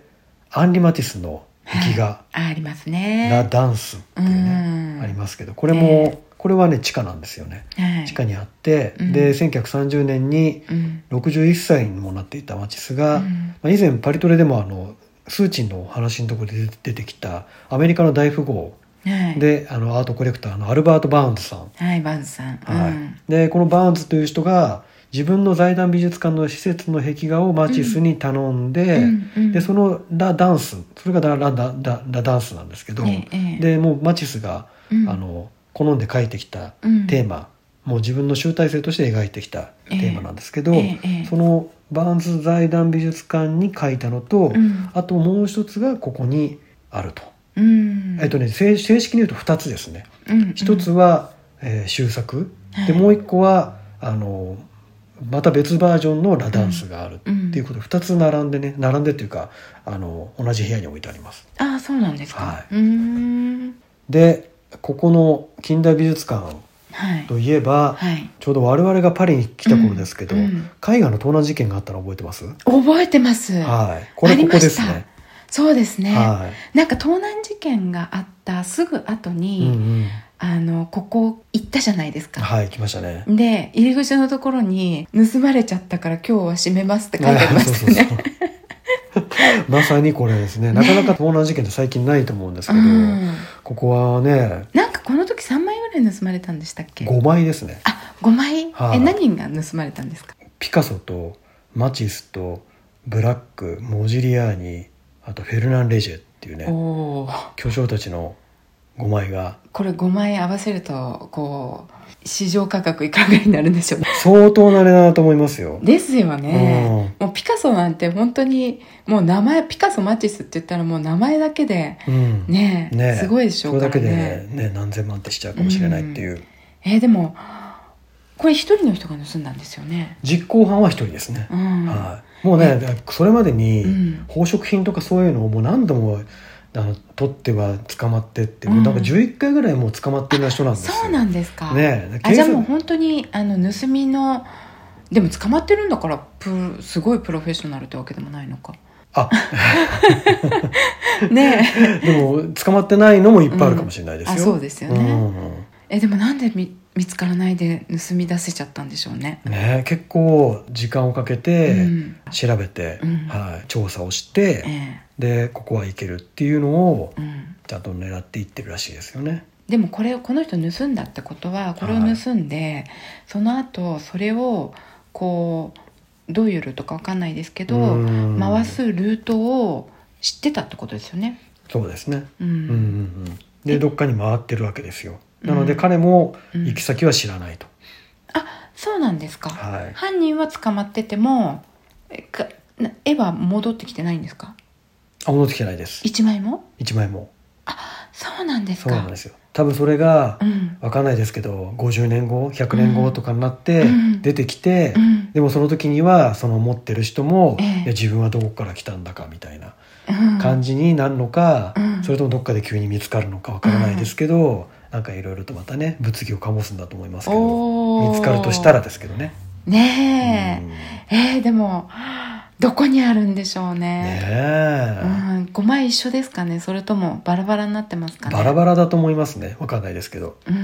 B: アンリ・マティスの壁画
A: ああります
B: 「
A: ね
B: ラ・ダンス」っていうね、
A: うん
B: ありますけどこれも、これはね地下なんですよね
A: はい
B: 地下にあって、
A: うん
B: で1930年に
A: うん
B: 61歳にもなっていたマティスが、
A: うん
B: まあ、以前パリトレでもあのスーチンのお話のところで出てきたアメリカの大富豪
A: はい、
B: で、あのアートコレクターのアルバート・バーンズさん、
A: はい、バンズさん、
B: はい
A: うん
B: でこのバーンズという人が自分の財団美術館の施設の壁画をマティスに頼んで、
A: うんうん
B: でそのラ・ダンスそれがラ・ララララダンスなんですけど、
A: ええええ
B: でもうマチスが、
A: うん
B: あの好んで書いてきた
A: うん
B: テーマ、もう自分の集大成として描いてきたテーマなんですけど、
A: ええええ
B: そのバーンズ財団美術館に書いたのと、
A: うん
B: あともう一つがここにあると。
A: うん
B: えっとね、正正式に言うと2つですね。
A: うんうん
B: 一つは、えー終作、
A: は
B: で
A: い
B: もう一個はあのまた別バージョンのラダンスがあるっていうこと、二2つ並んでね並んでっていうかあの同じ部屋に置いてあります
A: ああそうなんですか、
B: はいう
A: ーん
B: でここの近代美術館
A: はい
B: といえば、
A: はい
B: ちょうど我々がパリに来た頃ですけど、
A: うんうん
B: 絵画の盗難事件があったの覚えてます、
A: 覚えてます、
B: はいこれここです
A: ありま
B: ね
A: したそうですね、
B: は
A: なんか盗難事件があったすぐ後
B: い、うんう
A: に、
B: ん、
A: あのここ行ったじゃないですか、
B: はい来ましたね
A: で入り口のところに「盗まれちゃったから今日は閉めます」って書いてありましたね
B: そうそうそう まさにこれですねなかなか盗難事件って最近ないと思うんですけど、
A: うん
B: ここはね
A: なんかこの時3枚ぐらい盗まれたんでしたっけ
B: 5枚ですね
A: あ5枚、
B: はい
A: え何が盗まれたんですか
B: ピカソとマティスとブラックモジリアーニあとフェルナン・レジェっていう
A: お
B: ね
A: おー
B: 巨匠たちの5枚が
A: これ5枚合わせるとこう市場価格いかがになるんでしょ うね
B: 相当なあれだなと思いますよ。
A: ですよね
B: うん
A: もうピカソなんて本当にもう名前ピカソマティスって言ったらもう名前だけで
B: うん
A: ねえすごいでしょう
B: そ
A: か
B: れ
A: ら
B: だけで
A: ね
B: ね何千万ってしちゃうかもしれないっていう、
A: えーでもこれ一人の人が盗んだんですよね
B: 実行犯は一人ですね
A: う、ん、
B: はい、もうねそれまでに
A: うん
B: 宝飾品とかそういうのをもう何度もあの取っては捕まってって、
A: うん
B: なんか11回ぐらいもう捕まってるような人なんですよ
A: そうなんですか、
B: ね
A: あじゃあもう本当にあの盗みのでも捕まってるんだからプロすごいプロフェッショナルってわけでもないのか
B: あ
A: ね
B: でも捕まってないのもいっぱいあるかもしれないで
A: え
B: すよ、
A: あそうですよね、
B: うん
A: えでもなんでみ見つからないで盗み出せちゃったんでしょうね、
B: ね、結構時間をかけ
A: う
B: て
A: ん
B: 調べて、
A: うん
B: はい、調査をして、
A: え
B: でここはいけるっていうのを
A: えうん、
B: ちゃんと狙っていってるらしいですよね。
A: でもこれをこの人盗んだってことはこれを盗んで、その後それをこうどういうルートかわかんないですけど、
B: うん
A: 回すルートを知ってたってことですよね。
B: そうですね、
A: う
B: うんうん
A: ん
B: うん、でどっかに回ってるわけですよなの
A: う
B: で
A: ん
B: 彼も
A: うん
B: 行き先は知らないと、
A: そうなんですか、
B: はい
A: 犯人は捕まっててもえかな絵は戻ってきてないんですか
B: あ戻ってきてないです
A: 一枚も
B: 1枚も
A: そうなんです
B: そうなん
A: か
B: ですよ多分それが
A: うん
B: わかんないですけど50年後100年後とかになって
A: うん
B: 出てきて、
A: うん
B: でもその時にはその持ってる人も、
A: ええ
B: いや自分はどこから来たんだかみたいな
A: うん
B: 感じになるのか、
A: うん
B: それともどっかで急に見つかるのかわからないですけど、なんかいろいろとまたね物議を醸すんだと思いますけど
A: おー
B: 見つかるとしたらですけどね。
A: ね
B: うん
A: え、えーでもどこにあるんでしょう
B: ね
A: ね
B: え、
A: うん、5枚一緒ですかねそれともバラバラになってますかね
B: バラバラだと思いますねわかんないですけど
A: うん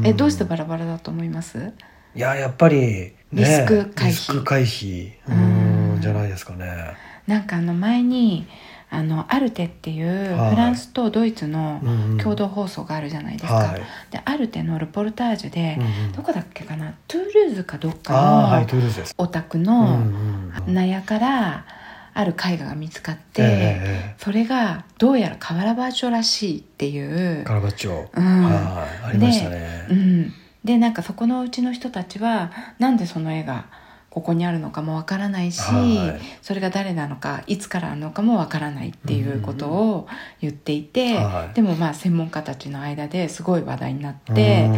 B: うん
A: えどうしてバラバラだと思います
B: いややっぱり、ね、
A: リスク回避
B: リスク回避うん
A: うん
B: じゃないですかね
A: なんかあの前にあのアルテっていう
B: はい
A: フランスとドイツの
B: うんうん
A: 共同放送があるじゃないですか、
B: はい
A: でアルテのルポルタージュで
B: う、んうん
A: どこだっけかなトゥールーズかどっ
B: ああは
A: か
B: いトゥールーズです
A: のお宅
B: うん
A: の
B: うん
A: 納屋からある絵画が見つかって、
B: え
A: それがどうやら瓦版所らしいっていう
B: え、カラバッチョ、
A: うん
B: はいありましたね
A: うん、でなんかそこのうちの人たちはなんでその絵がここにあるのかもわからないし、
B: はい
A: それが誰なのかいつからあるのかもわからないっていうことを言っていて、
B: はい
A: でもまあ専門家たちの間ですごい話題になっ
B: う
A: て
B: ん
A: っ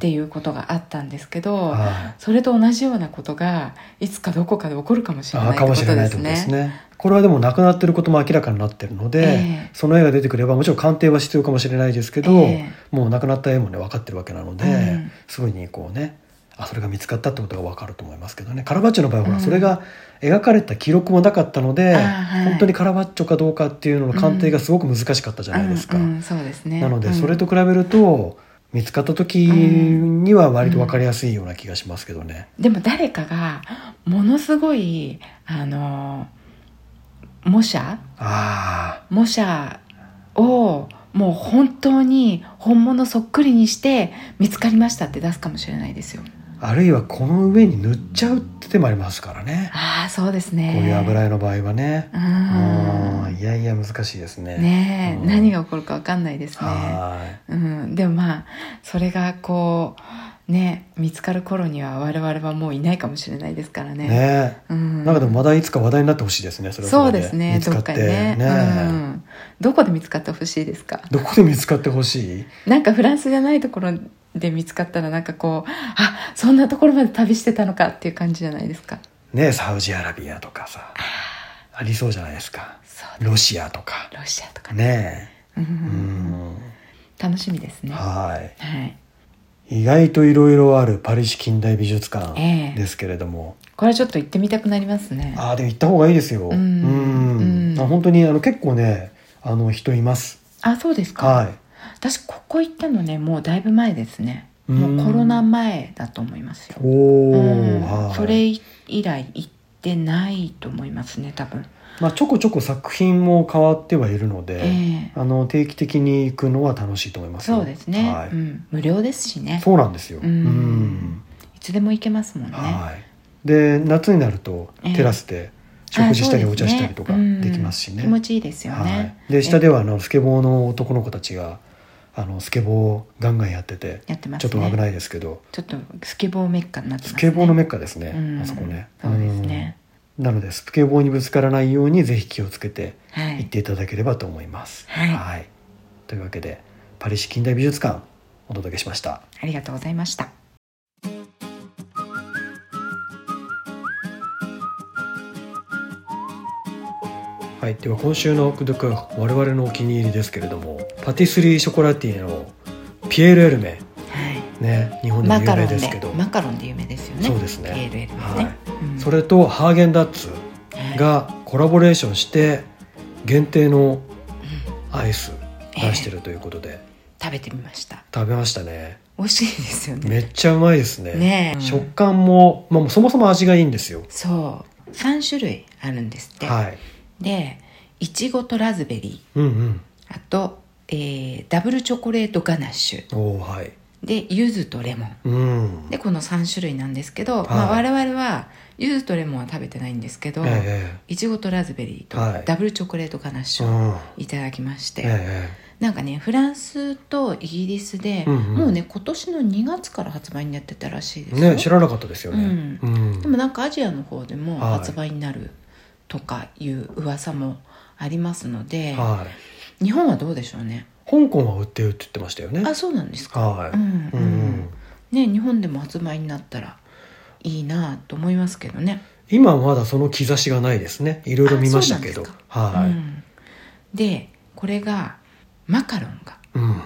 A: ていうことがあったんですけど、
B: はい
A: それと同じようなことがいつかどこかで起こるかもしれ
B: あ
A: ない
B: あ
A: って
B: か
A: こ
B: もし
A: と
B: れない
A: で
B: と
A: す
B: いうことです
A: ね。
B: ねこれはでもなくなってることも明らかになってるので、
A: ええ
B: その絵が出てくればもちろん鑑定は必要かもしれないですけど、
A: ええ
B: もうなくなった絵もね分かってるわけなので、
A: うん
B: すぐにこうねあそれが見つかったってことが分かると思いますけどねカラバッチョの場合はほら、
A: うん
B: それが描かれた記録もなかったので、
A: あはい
B: 本当にカラバッチョかどうかっていうのの鑑定がすごく難しかったじゃないですか。
A: うんうんそうですね。
B: なの
A: う
B: で
A: ん
B: それと比べると見つかった時には割と分かりやすいような気がしますけどね。
A: でも誰かがものすごいあの模写
B: あ
A: 模写をもう本当に本物そっくりにして見つかりましたって出すかもしれないですよ
B: ああるいはこの上に塗っちゃうって手もありますからね。
A: ああそうですね
B: こういう油絵の場合はね。
A: うん
B: うんいやいや難しいですね。
A: ねえ、
B: うん
A: 何が起こるかわかんないですね、
B: はー
A: う
B: い。
A: ん、でもまあそれがこうね見つかる頃には我々はもういないかもしれないですからね
B: ね
A: うん、
B: なんかでもまだいつか話題になってほしいですね。それは
A: そ
B: れ
A: うですね
B: 見つ
A: ど
B: か
A: っ
B: って
A: かにねうん、どこで見つかってほしいですか
B: どこで見つかってほしい？
A: なんかフランスじゃないところで見つかったらなんかこうあそんなところまで旅してたのかっていう感じじゃないですか
B: ねサウジアラビアとかさ、ありそうじゃないですか。
A: そう
B: ロシアとか
A: ロシアとかね
B: ね
A: うん
B: え。うん。
A: 楽しみですねは
B: はい。
A: い
B: 意外といろいろあるパリ市近代美術館
A: ええ
B: ですけれども、
A: これちょっと行ってみたくなりますね
B: ああでも行った方がいいですよ。
A: うんう
B: ん
A: ん
B: あ本当にあの結構ねあの人います。
A: あそうですか、
B: はい。
A: 私ここ行ったのねもうだいぶ前ですね
B: う
A: も
B: ん
A: うコロナ前だと思いますよ
B: おお、
A: うん
B: はい。
A: それ以来行ってないと思いますね多分
B: まあちょこちょこ作品も変わってはいるので、
A: ええ
B: あの定期的に行くのは楽しいと思いますよ。
A: そうですね、
B: はい。
A: うん、無料ですしね
B: そうなんですよ。
A: うんいつでも行けますもんね
B: はい。で夏になると
A: ええ
B: テラスで食事した
A: あ
B: り
A: そ
B: お
A: うです
B: 茶
A: ね
B: したりとか
A: うん
B: できますしね。
A: 気持ちいいですよ
B: は
A: ね、
B: い、で下ではあのスケボーの男の子たちがあのスケボーをガンガンやってて
A: やってます
B: ちょ
A: ね
B: っと危ないいですけど
A: ちょっとスケボーメッカになってます
B: ス
A: ね
B: ケボーのメッカですね、
A: うん
B: あそこね。
A: そうですね
B: うんなのでスケボーにぶつからないようにぜひ気をつけて
A: は
B: 行っ
A: い
B: ていただければと思います。
A: はい
B: というわけでパリ市近代美術館お届けしました。
A: ありがとうございました
B: はい、では今週のクドク我々のお気に入りですけれどもパティスリーショコラティエのピエール・エルメ
A: はい
B: ね日本でも
A: マカロ
B: 有名
A: ンで
B: ですけど
A: マカロンで有名ですよね
B: そうですね
A: ピエールエルです
B: は
A: ね、
B: い、
A: うん
B: それとハーゲンダッツ
A: はい
B: がコラボレーションして限定のアイス出してるということで
A: 食べてみました
B: 食べましたね
A: 美味しいですよね
B: めっちゃうまいですね
A: ねえ
B: 食感も、まあ、そもそも味がいいんですよ
A: そう3種類あるんですって、
B: はい
A: でいちごとラズベリ
B: うん
A: ーあと、えーダブルチョコレートガナッシ
B: うんおーはい
A: ュで柚子とレモン
B: うん
A: でこの3種類なんですけど、
B: い
A: まあ、我々は柚子とレモンは食べてないんですけど、
B: え
A: いちごとラズベリー
B: は
A: と
B: い
A: ダブルチョコレートガナッ
B: え
A: シ
B: う
A: ュを
B: ん
A: いただきまして、
B: え
A: なんかねフランスとイギリスで、
B: うんうん
A: もうね今年の2月から発売になってたらしいで
B: え
A: すよ
B: ね知らなかったですよね
A: う
B: うん
A: でもなんかアジアの方でも
B: はい
A: 発売になるとかいう噂もありますので、
B: はい
A: 日本はどうでしょうね
B: 香港は売ってるって言ってましたよね
A: あそうなんですか、
B: は
A: う
B: い
A: んう
B: うんん
A: ね日本でも発売になったらいいなと思いますけどね、
B: 今はまだその兆しがないですねいろいろ見ましたけど
A: あそう
B: は
A: う
B: い
A: ん、でこれがマカロンが
B: うん
A: も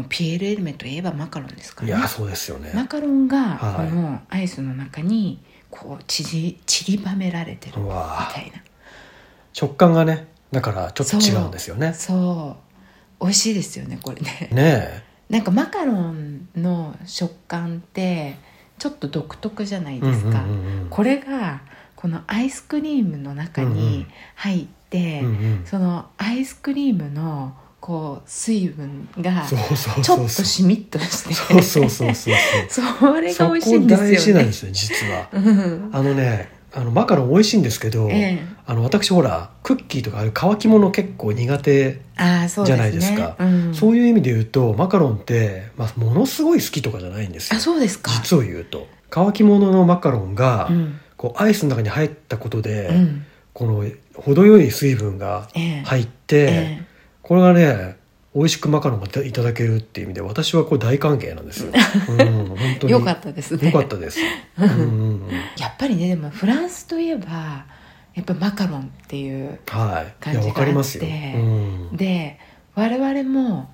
A: うピエール・エルメといえばマカロンですか
B: い
A: らね
B: やそうですよね
A: マカロンがこ
B: はい
A: のアイスの中にこうちり散りばめられてる
B: う
A: み
B: わ
A: たいな
B: 食感がねだからちょっと違うんですよね
A: そう美味しいですよねこれね
B: ね
A: なんかマカロンの食感ってちょっと独特じゃない
B: え
A: ですか、
B: うんうんうんうん
A: これがこのアイスクリームの中に入って、
B: うんうん
A: そのアイスクリームのこう水分が
B: そうそう
A: ちょっ
B: そう
A: と
B: そう
A: しみっとして
B: そうそうそうそう
A: それが美味しいん
B: そこ大
A: ですよ
B: 事なん
A: ね
B: ですよ実は
A: うん
B: あのねあのマカロン美味しいんですけど、
A: ええ
B: あの私ほらクッキーとかああいう乾き物結構苦手、
A: ああそう
B: じ
A: ですね
B: ゃないですか
A: うん
B: そういう意味で言うとマカロンって、まあ、ものすごい好きとかじゃないんですよ
A: あそうですか
B: 実を言うと乾き物のマカロンが、
A: うん
B: こうアイスの中に入ったことで、
A: うん
B: この程よい水分が
A: ええ
B: 入って、
A: ええ
B: これがね美味しくマカロンがいただけるっていう意味で私はこう大歓迎な んですよ。うん、本当に
A: よかったですね
B: よかったです。うんうんうん
A: やっぱりねでもフランスといえばやっぱマカロンっていう
B: はい。い
A: 感じがあ
B: や
A: って
B: わかりますよ。うん、
A: で我々も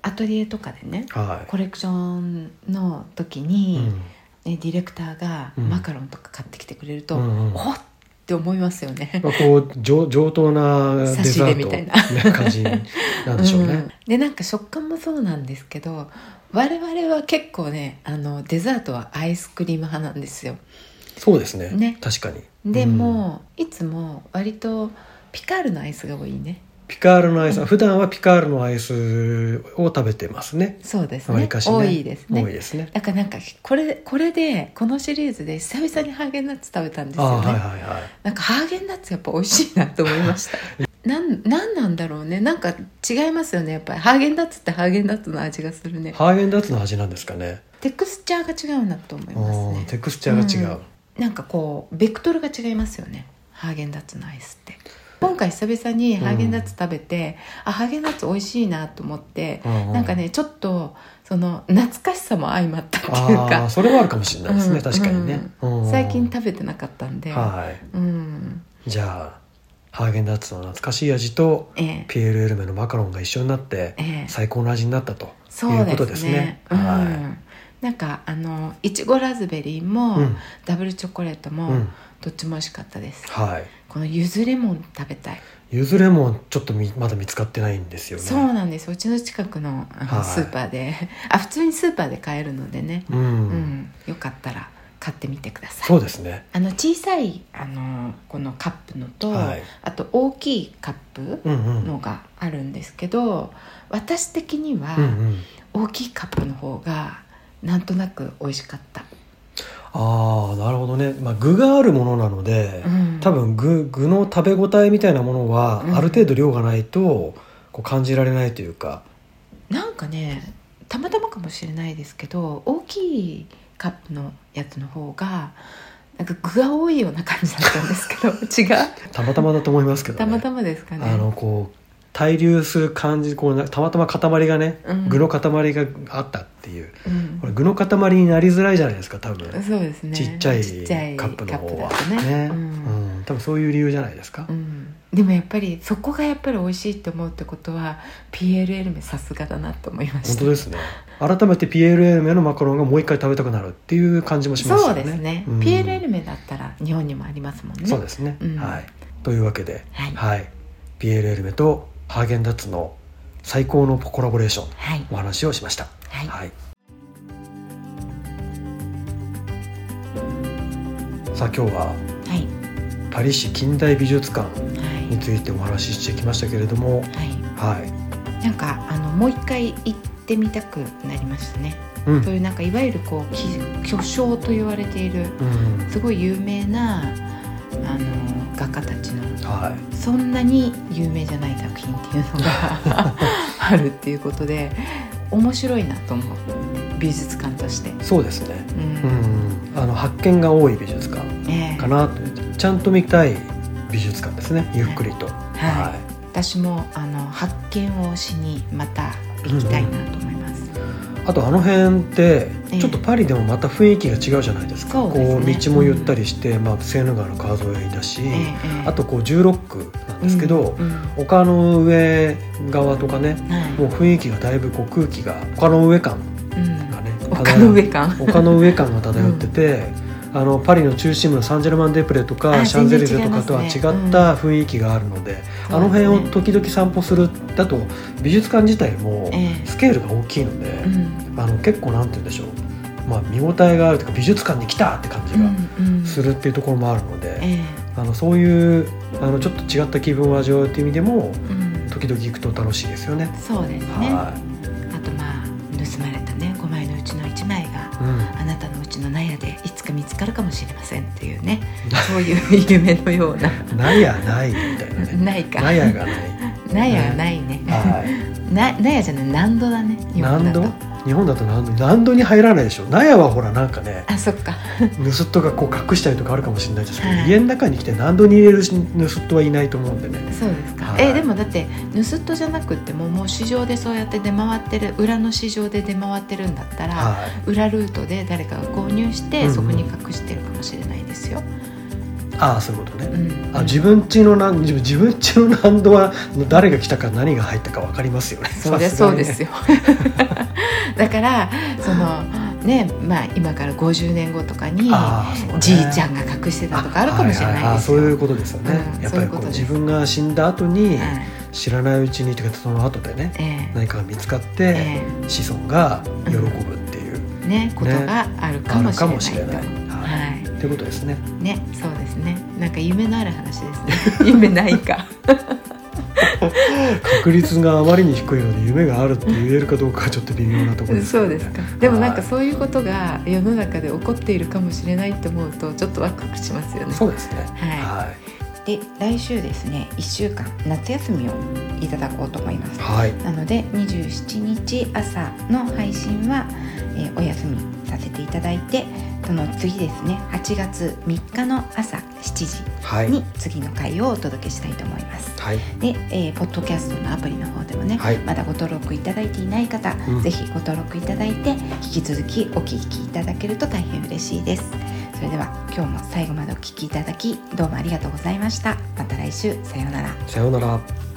A: アトリエとかでね
B: はい。
A: コレクションの時
B: う
A: に、
B: ん
A: ねディレクターが
B: うん
A: マカロンとか買ってきてくれると、
B: うんうん
A: おっって思いますよね。
B: まあこう上上等なデザ
A: 差し入れみたいな
B: ートな感じなんでしょう
A: うん
B: ね。
A: でなんか食感もそうなんですけど我々は結構ねあのデザートはアイスクリーム派なんですよ。
B: そうですね。
A: ね
B: 確かに。
A: で
B: うん
A: も、いつも割とピカールのアイスが多いね。
B: ピカールのアイス、普段はピカールのアイスを食べてますね。
A: そうです
B: わり
A: ね
B: かしね
A: 多いですね
B: 多いですね。
A: だからなんかこれこれでこのシリーズで久々にハーゲンダッツ食べたんです
B: ああ
A: よね、
B: はいはいはい。
A: なんかハーゲンダッツやっぱ美味しいなと思いま したなんなんなんだろうねなんか違いますよねやっぱりハーゲンダッツってハーゲンダッツの味がするね
B: ハーゲンダッツの味なんですかね。
A: テクスチャーが違うなと思います
B: うん
A: ね
B: テクスチャーが違う。
A: なんかこうベクトルが違いますよねハーゲンダッツのアイスって今回久々にハーゲンダッツ食べて、あハーゲンダッツ美味しいなと思って、
B: うう
A: なんかねちょっとその懐かしさも相まったっていう
B: あ
A: か
B: あそれはあるかもしれないですね、
A: うん
B: 確かにね、うん
A: 最近食べてなかったんで、
B: は
A: うん
B: いじゃあハーゲンダッツの懐かしい味と
A: ええ
B: ピエール・エルメのマカロンが一緒になって
A: ええ
B: 最高の味になったと
A: そう
B: いうこと
A: で
B: ですす
A: ね
B: ね
A: うん
B: は
A: なんかあのいちごラズベリー
B: い
A: も、
B: うん
A: ダブルチョコレートも、
B: うん
A: どっちも美味しかったです
B: はい
A: このゆずレモン食べたい、
B: ゆずレモンちょっとみまだ見つかってないんですよね
A: そうなんですうちの近くのあの
B: はい
A: スーパーで あ普通にスーパーで買えるのでね、
B: うん、
A: うんよかったら買ってみてください
B: そうですね
A: あの小さいあのこのカップのと、
B: はい
A: あと大きいカップ
B: うんうん
A: のがあるんですけど、私的には
B: うんうん
A: 大きいカップの方がなんとなく美味しかった、
B: ああななるほどね、まあ、具があるものなので、
A: うん
B: 多分具具の食べ応えみたいなものは
A: うん
B: ある程度量がないとこう感じられないというか、
A: なんかねたまたまかもしれないですけど大きいカップのやつの方がなんか具が多いような感じだったんですけど 違う
B: たまたまだと思いますけど、ね、
A: たまたまですかね
B: あのこう滞留する感じこうなたまたま塊がね、
A: うん
B: 具の塊があったっていう
A: うん
B: これ具の塊になりづらいじゃないですか多分、
A: そうですね
B: ちっちゃいカ
A: カッ
B: ッ
A: プ
B: プの
A: だ
B: 方
A: と
B: は
A: ね
B: ね、
A: うん
B: うん多分そういう理由じゃないですか、
A: うんでもやっぱりそこがやっぱり美味しいって思うってことは PLL めさすがだなと思いまし
B: 本
A: た
B: 当ですね改めて PLL メのマカロンがもう一回食べたくなるっていう感じもします
A: そ
B: よ
A: う
B: ね
A: ですね、
B: うん
A: PLL 麺だったら日本にもありますもんね
B: そうですね、
A: うん
B: はいというわけで、
A: はい
B: はい、PLL メとハーゲンダッツの最高のコラボレーション
A: はい
B: お話をしました
A: はい
B: はい、さあ今日は
A: はい
B: パリ市近代美術館
A: はい
B: についてお話ししてきましたけれども
A: は
B: はい
A: いなんかあのもう一回行ってみたくなりましたね、
B: うん
A: そういうなんかいわゆるこうき巨匠と言われている
B: うん
A: すごい有名なあの画家たちの
B: はい
A: そんなに有名じゃない作品っていうの があるっていうことで面白いなと思う美術館として。
B: そうですね
A: うん
B: うんあの発見が多い美術館
A: ねえ
B: かなとちゃんと見たい美術館ですねゆっくりと
A: はい私もあの発見をしにまた行きたいなと思います。
B: あとあの辺って
A: ええ
B: ちょっとパリでもまた雰囲気が違うじゃないですか
A: そうですね
B: こう道もゆったりして、まあ、セーヌ川の川沿いだし、あとこう16区なんですけど、
A: うんうん
B: 丘の上側とかね
A: はい
B: もう雰囲気がだいぶこう空気が丘の上感
A: うん
B: がね
A: 丘の上感
B: 丘の上感が漂ってて、あのパリの中心部のサンジェルマン・デプレとか
A: あ
B: シャンゼリゼとかとは違っ
A: 全然違いますね
B: た雰囲気があるので、あの辺を時々散歩するだと美術館自体も
A: ええ
B: スケールが大きいので。
A: うん
B: あの結構なんて言うんでしょう、まあ、見応えがあるというか美術館に来たって感じ
A: う
B: が
A: んうん
B: するっていうところもあるので、
A: ええ
B: あのそういうあのちょっと違った気分を味わうっていう意味でも
A: うん
B: 時々行くと楽しいですよね。
A: そうですね。あ
B: はい
A: とまあ盗まれたね5枚のうちの1枚が
B: うん
A: あなたのうちの納屋でいつか見つかるかもしれませんっていう ねそういう夢のような
B: ないやないみたいなね。
A: ないか
B: なやがない。
A: 納屋はないね
B: は
A: な納屋じゃない難度だね
B: い。
A: 日
B: 何
A: 本だ
B: 度
A: と？
B: 日本だと何度？何度に入らないでしょ。なやはほらなんか ね、
A: あそっか
B: 盗人がこう隠したりとかあるかもしれないですけど、
A: はい
B: 家の中に来て何度に入れるし盗人はいないと思うんでね。
A: そうですか、
B: はい
A: えでもだって盗っ人じゃなくってももう市場でそうやって出回ってる裏の市場で出回ってるんだったら、
B: はい。
A: 裏ルートで誰かが購入して、
B: うんうん
A: そこに隠してるかもしれないですよ。
B: ああそういうことね。
A: うん、
B: あ自分家のな自分自分家のランドは誰が来たか何が入ったか分かりますよね。
A: そうです
B: さ
A: そう
B: がに
A: で
B: ね
A: すよ。 だからそのねまあ今から50年後とかに
B: ああそうね
A: じいちゃんが隠してたとかあるかもしれ
B: はは
A: ない
B: は
A: です
B: そう
A: よ。
B: いうことですよね。
A: うん
B: やっぱ
A: そう
B: りこ
A: いうこ
B: う
A: とです
B: 自分が死んだ後に
A: はい
B: 知らないうちにというかその後でね
A: ええ
B: 何かが見つかっ
A: え
B: て子孫が喜ぶっていう
A: えねことがあるか
B: あ
A: も
B: る
A: し
B: か
A: れな
B: も
A: い
B: し
A: と。
B: れない。は
A: はい
B: い。ということですね。
A: ね、そうですね。なんか夢のある話ですね。 夢ないか。
B: 確率があまりに低いので夢があるって言えるかどうかはちょっと微妙なところです
A: そ
B: けど
A: う
B: ね。
A: ですか。でもなん
B: は
A: か
B: い
A: そういうことが世の中で起こっているかもしれないと思うとちょっとワクワクしますよね。
B: そうですね。
A: は。
B: はい
A: で来週ですね、1週間夏休みをいただこうと思いま
B: い
A: す。
B: はい
A: なので27日朝の配信は、えーお休みさせていただいて、その次ですね、8月3日の朝7
B: は
A: 時
B: い
A: に次の回をお届けしたいと思います。
B: はい
A: で、えーポッドキャストのアプリの方でもね、
B: はい
A: まだご登録いただいていない方、
B: うん
A: ぜひご登録いただいて引き続きお聞きいただけると大変嬉しいですそれでは今日も最後までお聞きいただきどうもありがとうございましたまた来週さようなら
B: さようなら。